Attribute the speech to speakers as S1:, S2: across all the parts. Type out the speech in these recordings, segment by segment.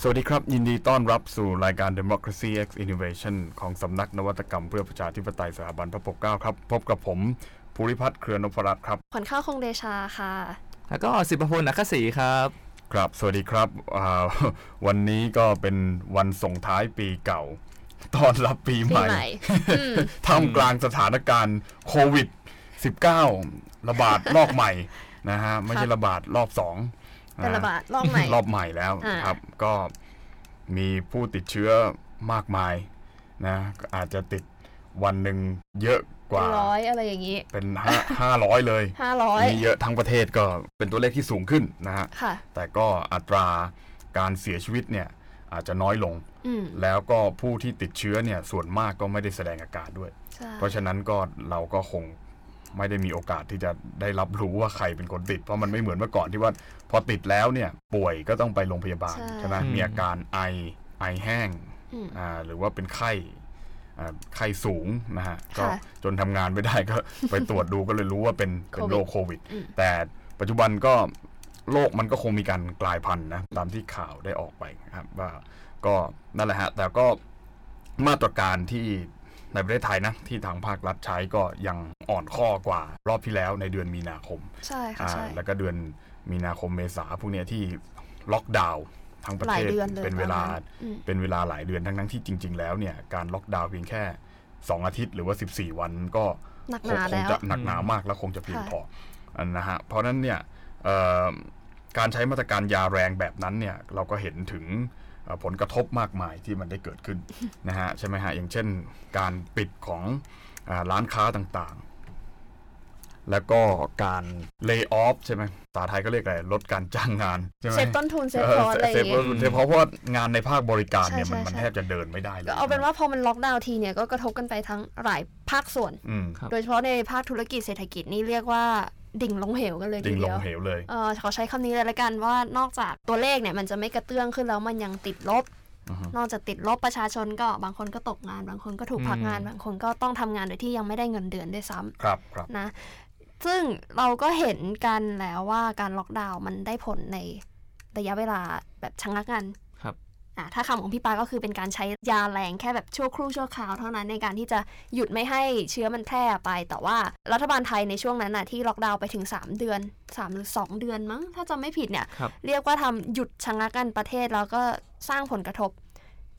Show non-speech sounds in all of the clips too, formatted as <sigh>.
S1: สวัสดีครับ ยินดีต้อนรับสู่รายการ Democracy X Innovation ของสำนักนวัตกรรมเพื่อประชาธิปไตยสถาบันพระปกเกล้าครับ พบกับผมภูริพัฒน์เครือนพรัตน์ครับ
S2: ขวัญข้าวคงเดชาค่ะ
S3: แล้วก็สิบพลนักศรีครับ
S1: ครับ สวัสดีครับอ่า วันนี้ก็เป็นวันส่งท้ายปีเก่า ต้อนรับปีให
S2: ปี
S1: ม่
S2: ใหม่
S1: ท่ามกลางสถานการณ์โควิด -19 ระบาดรอบใหม่ นะฮะ ไม่ใช่ระบาดรอบสอง
S2: เป็น
S1: ฮ
S2: ระบาดรอบใหม่
S1: รอบใหม่แล้ว
S2: อ่า
S1: ครับก็มีผู้ติดเชื้อมากมายนะก็อาจจะติดวันหนึ่งเยอะกว่า
S2: ร้อยอะไรอย่างนี้
S1: เป็นห้า ห้าร้อยเลย
S2: ห้าร้อย
S1: มีเยอะทั้งประเทศก็เป็นตัวเลขที่สูงขึ้นนะฮะ
S2: ค่ะ
S1: แต่ก็อัตราการเสียชีวิตเนี่ยอาจจะน้อยลง
S2: อืม
S1: แล้วก็ผู้ที่ติดเชื้อเนี่ยส่วนมากก็ไม่ได้แสดงอาการด้วย
S2: ใช่
S1: เพราะฉะนั้นก็เราก็คงไม่ได้มีโอกาสที่จะได้รับรู้ว่าใครเป็นคนติด เพราะมันไม่เหมือนเมื่อก่อนที่ว่าพอติดแล้วเนี่ยป่วยก็ต้องไปโรงพยาบาลใช่ไหม
S3: ใช่
S1: มีอาการไอไอแห้ง
S2: อืม
S1: อ่าหรือว่าเป็นไข้อ่าไข้สูงนะฮะก็
S2: ค่ะ
S1: จนทำงานไม่ได้ก็ <laughs> ไปตรวจดูก็เลยรู้ว่าเป็นเป็น
S2: โควิด
S1: โรคโควิด
S2: อืม
S1: แต่ปัจจุบันก็โรคมันก็คงมีการกลายพันธุ์นะตามที่ข่าวได้ออกไปนะครับว่าก็นั่นแหละฮะแต่ก็ มาตรการที่ในประเทศไทยนะ ที่ทางภาครัฐใช้ก็ยังอ่อนข้อกว่ารอบที่แล้วในเดือนมีนาคม
S2: ใช่ค่ะ
S1: อ่า
S2: ใช่
S1: แล้วก็เดือนมีนาคมเมษาพวกเนี้ยที่ล็อกดาวน์ทั้งประ
S2: หลา
S1: เท
S2: ย
S1: ศ
S2: เดือนเลย
S1: เป็นเวลา
S2: ประมาณนั้นอืม
S1: เป็นเวลาหลายเดือนทั้งๆที่จริง ๆ แล้วเนี่ยการล็อกดาวน์เพียงแค่ 2 อาทิตย์หรือว่า 14 วันก็
S2: หนัก
S1: คง
S2: หนา
S1: คง
S2: แล้ว
S1: จะหนักหนามากแล้วคงจะเพียง
S2: ค่ะ
S1: พออันนะฮะเพราะฉะนั้นเนี่ยเอ่อการใช้มาตรการยาแรงแบบนั้นเนี่ยเราก็เห็นถึงเอ่อผลกระทบมากมายที่มันได้เกิด
S2: <laughs>
S1: ขึ้น นะฮะใช่ไหมฮะอย่างเช่นการปิดของอาร้านค้าต่างๆ แล้วก็การเล y o ออฟใช่ไหมภาษาไทยก็เรียกอะไรลดการจ้างงานใช่ไหม
S2: เซฟต้นทุนเซฟ
S1: เอ
S2: ค
S1: อ
S2: อร์สอะไรอ
S1: เซฟ
S2: ย่าง
S1: ต้น
S2: งี้
S1: ทุนเซฟเพราะเพราะว่างานในภาคบริการเนี่ย
S2: ใช่
S1: มัน
S2: ใช่
S1: มัน
S2: ใช่
S1: แทบจะเดินไม่ได้เลย
S2: ก็เอาเป็นว่าพอมันล็อกดาวน์ทีเนี่ย ก็กระทบกันไปทั้งหลายภาคส่วน
S1: อืม
S3: ครับ
S2: โดยเฉพาะในภาคธุรกิจเศรษฐกิจนี่เรียกว่าดิ่งลงเหวกันเลย
S1: ดิ่
S2: ที
S1: งล
S2: เดี
S1: ง
S2: ยว
S1: เหวเลย
S2: เออขอใช้คำนี้เลยละกันว่านอกจากตัวเลขเนี่ยมันจะไม่กระเตื้องขึ้นแล้วมันยังติดลบ
S1: อือฮึ
S2: นอกจากติดลบประชาชนก็บางคนก็ตกงาน บางคนก็ถูกพักงาน บางคนก็ต้องทำงานโดยที่ยังไม่ได้เงินเดือนด้วยซ้ำ
S1: ครับครับ
S2: นะซึ่งเราก็เห็นกันแล้วว่าการล็อกดาวน์มันได้ผลในระยะเวลาแบบชะงักงัน
S3: ครับ
S2: อ่ะถ้าคำของพี่ปาก็คือเป็นการใช้ยาแรงแค่แบบชั่วครู่ชั่วคราวเท่านั้นในการที่จะหยุดไม่ให้เชื้อมันแพร่ไป แต่ว่ารัฐบาลไทยในช่วงนั้นน่ะที่ล็อกดาวน์ไปถึง 3 เดือน 3 หรือ 2 เดือนมั้ง ถ้าจำไม่ผิดเนี่ย
S3: ครับ
S2: เรียกว่าทำหยุดชะงักกันประเทศแล้วก็สร้างผลกระทบ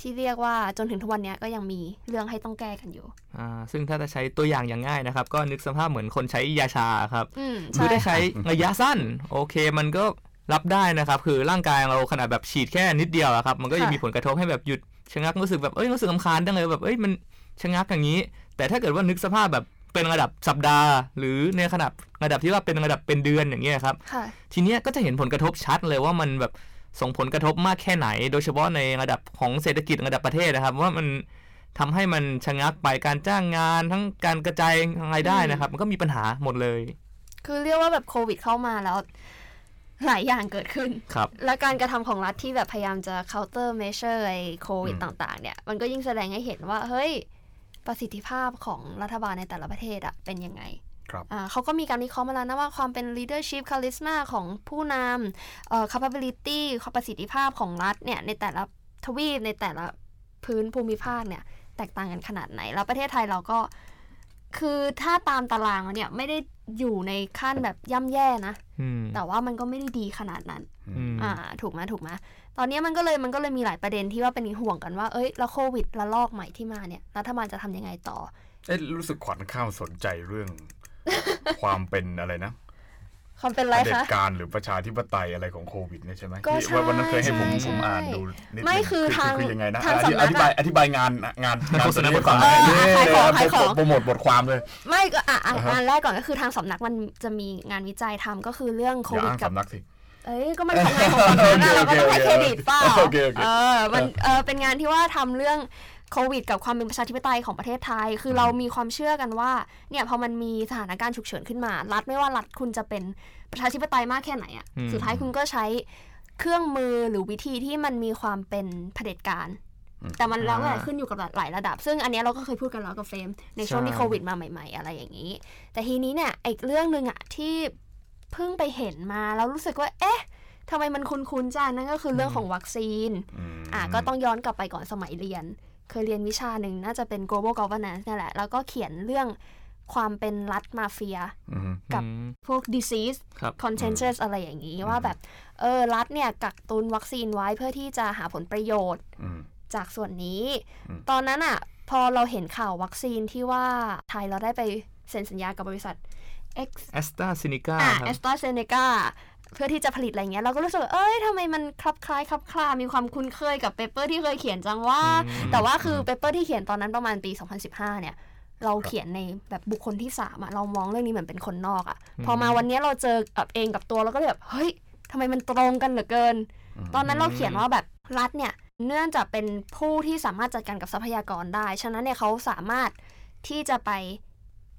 S2: ที่เรียกว่าจนถึงทุกวันเนี้ยก็ยังมีเรื่องให้ต้องแก้กันอยู่
S3: อ่าซึ่งถ้าจะใช้ตัวอย่างอย่างง่ายนะครับ ก็นึกสภาพเหมือนคนใช้ยาชาครับ
S2: อืม
S3: คือ
S2: ใช่
S3: ได้ใช้ระยะสั้น โอเคมันก็รับได้นะครับ คือร่างกายเราขนาดแบบฉีดแค่นิดเดียวอะครับ มันก็ยังมีผลกระทบให้แบบหยุดชะงักรู้สึกแบบเอ้ยรู้สึกลำคาญจังเลยแบบเอ้ยมันชะงักอย่างนี้ แต่ถ้าเกิดว่านึกสภาพแบบเป็นระดับสัปดาห์ หรือในขนาดระดับที่ว่าเป็นระดับเป็นเดือนอย่างเงี้ยครับ
S2: ค่ะ
S3: ทีเนี้ยก็จะเห็นผลกระทบชัดเลยว่ามันแบบส่งผลกระทบมากแค่ไหน โดยเฉพาะในระดับของเศรษฐกิจระดับประเทศนะครับ ว่ามันทำให้มันชะงักไปการจ้างงาน ทั้งการกระจายรายได้นะครับ มันก็มีปัญหาหมดเลย
S2: คือเรียกว่าแบบโควิดเข้ามาแล้ว หลายอย่างเกิดขึ้น
S3: ครับ
S2: และการกระทำของรัฐที่แบบพยายามจะ counter measure ไอ้โควิดต่างๆ เนี่ย มันก็ยิ่งแสดงให้เห็นว่า เฮ้ย ประสิทธิภาพของรัฐบาลในแต่ละประเทศอะเป็นยังไง
S1: ครับ
S2: อ่าเขาก็มีการวิเคราะห์มาแล้วนะว่าความเป็น leadership charisma ของผู้นำเอ่อ capability ความประสิทธิภาพของรัฐเนี่ยในแต่ละทวีปในแต่ละพื้นภูมิภาคเนี่ยแตกต่างกันขนาดไหน แล้วประเทศไทยเราก็คือถ้าตามตารางแล้วเนี่ยไม่ได้อยู่ในขั้นแบบย่ำแย่นะ
S3: อืม
S2: แต่ว่ามันก็ไม่ได้ดีขนาดนั้น
S3: อืม
S2: อ่าถูกไหมถูกไหมตอนนี้มันก็เลยมันก็เลยมีหลายประเด็นที่ว่าเป็นห่วงกันว่าเอ้ยแล้วโควิดระลอกใหม่ที่มาเนี่ยรัฐบาลจะทำยังไงต่อ
S1: เอ๊ะรู้สึกขวัญข้าวสนใจเรื่อง ความเป็นอะไรนะ
S2: ความเป็น
S1: เผ
S2: ไร
S1: ด็จ
S2: คะ
S1: การหรือประชาธิปไตยอะไรของโควิดเนี่ยใช่ไหม
S2: ก็
S1: ที่
S2: ใช่
S1: ว่าวันนั้นเคยให้ผม
S2: ใช่
S1: ผมอ่านดูนิด
S2: ไม่
S1: นึง
S2: คือทาง
S1: คือยังไงนะ
S2: ทาง
S1: อธิ
S2: สำนั
S1: อ
S2: ก
S1: ธิบายอธิบายงานงานงานตัวนี้ให้ฟังหน่อย
S2: เออขายของขายของ
S1: โปรโมทบทความเลย
S2: ไม่ก็อ่ะอ่ะ
S1: อ่าฮะ
S2: งานแรกก่อนก็คือทางสำนักมันจะมีงานวิจัยทำก็คือเรื่องโค
S1: อย่า
S2: วิด
S1: อ้าง
S2: กับ
S1: สำนักสิ
S2: เอ้ยก็มันทำงานของสำนั <laughs> กงานเราก็ต้องให้เครดิตเปล่า
S1: โอเคโอเค
S2: เออมันเออเป็นงานที่ว่าทำเรื่องโควิด กับความเป็นประชาธิปไตยของประเทศไทย คือเรามีความเชื่อกันว่าเนี่ยพอมันมีสถานการณ์ฉุกเฉินขึ้นมา รัฐไม่ว่ารัฐคุณจะเป็นประชาธิปไตยมากแค่ไหนอะสุดท้ายคุณก็ใช้เครื่องมือหรือวิธีที่มันมีความเป็นเผด็จการ
S1: อืม
S2: แต่มันแล้วแต่ขึ้นอยู่กับหลายระดับ ซึ่งอันเนี้ยเราก็เคยพูดกันแล้วกับเฟรมในช่วงที่โควิดมาใหม่ๆ อะไรอย่างนี้ แต่ทีนี้เนี่ยไอ้เรื่องหนึ่งอะที่ เพิ่งไปเห็นมาแล้วรู้สึกว่า เอ๊ะ ทำไมมันคุ้นๆจ้านั่นก็คือเรื่องของวัคซีน
S1: ม
S2: อ่ะก็ต้องย้อนกลับไปก่อนสมัยเรียน เคยเรียนวิชาหนึ่งน่าจะเป็น global governance นี่นแหละ แล้วก็เขียนเรื่องความเป็นรัฐมาเฟีย
S1: อืม
S2: กับ
S3: อืม
S2: พวก disease
S3: ครับ
S2: contentious อะไรอย่างนี้
S1: อืม
S2: ว่าแบบ เออ รัฐเนี่ย กักตุนวัคซีนไว้เพื่อที่จะหาผลประโยชน์
S1: อืม
S2: จากส่วนนี้
S1: อืม
S2: ตอนนั้นอ่ะ พอเราเห็นข่าววัคซีนที่ว่าไทยเราได้ไปเซ็นสัญญากับบริษัท X
S3: แอสตราเซเนกา
S2: อ่ะ
S3: ค
S2: แอ
S3: รับ
S2: สตราเซเนกาเพื่อที่จะผลิตอะไรเงี้ยเราก็รู้สึกว่าเอ้ยทำไมมันคลับคล้ายคลับคลา มีความคุ้นเคยกับเปเปอร์ที่เคยเขียนจังว่า แต่ว่าคือเปเปอร์ที่เขียนตอนนั้นประมาณปี 2015 เนี่ย เราเขียนในแบบบุคคลที่สามอะเรามองเรื่องนี้เหมือนเป็นคนนอกอะพอมาวันเนี้ยเราเจอกับเองกับตัวเราก็เลยแบบเฮ้ยทำไมมันตรงกันเหลือเกิน ตอนนั้นเราเขียนว่าแบบรัฐเนี่ยเนื่องจากเป็นผู้ที่สามารถจัดการกับทรัพยากรได้ ฉะนั้นเนี่ยเขาสามารถที่จะไป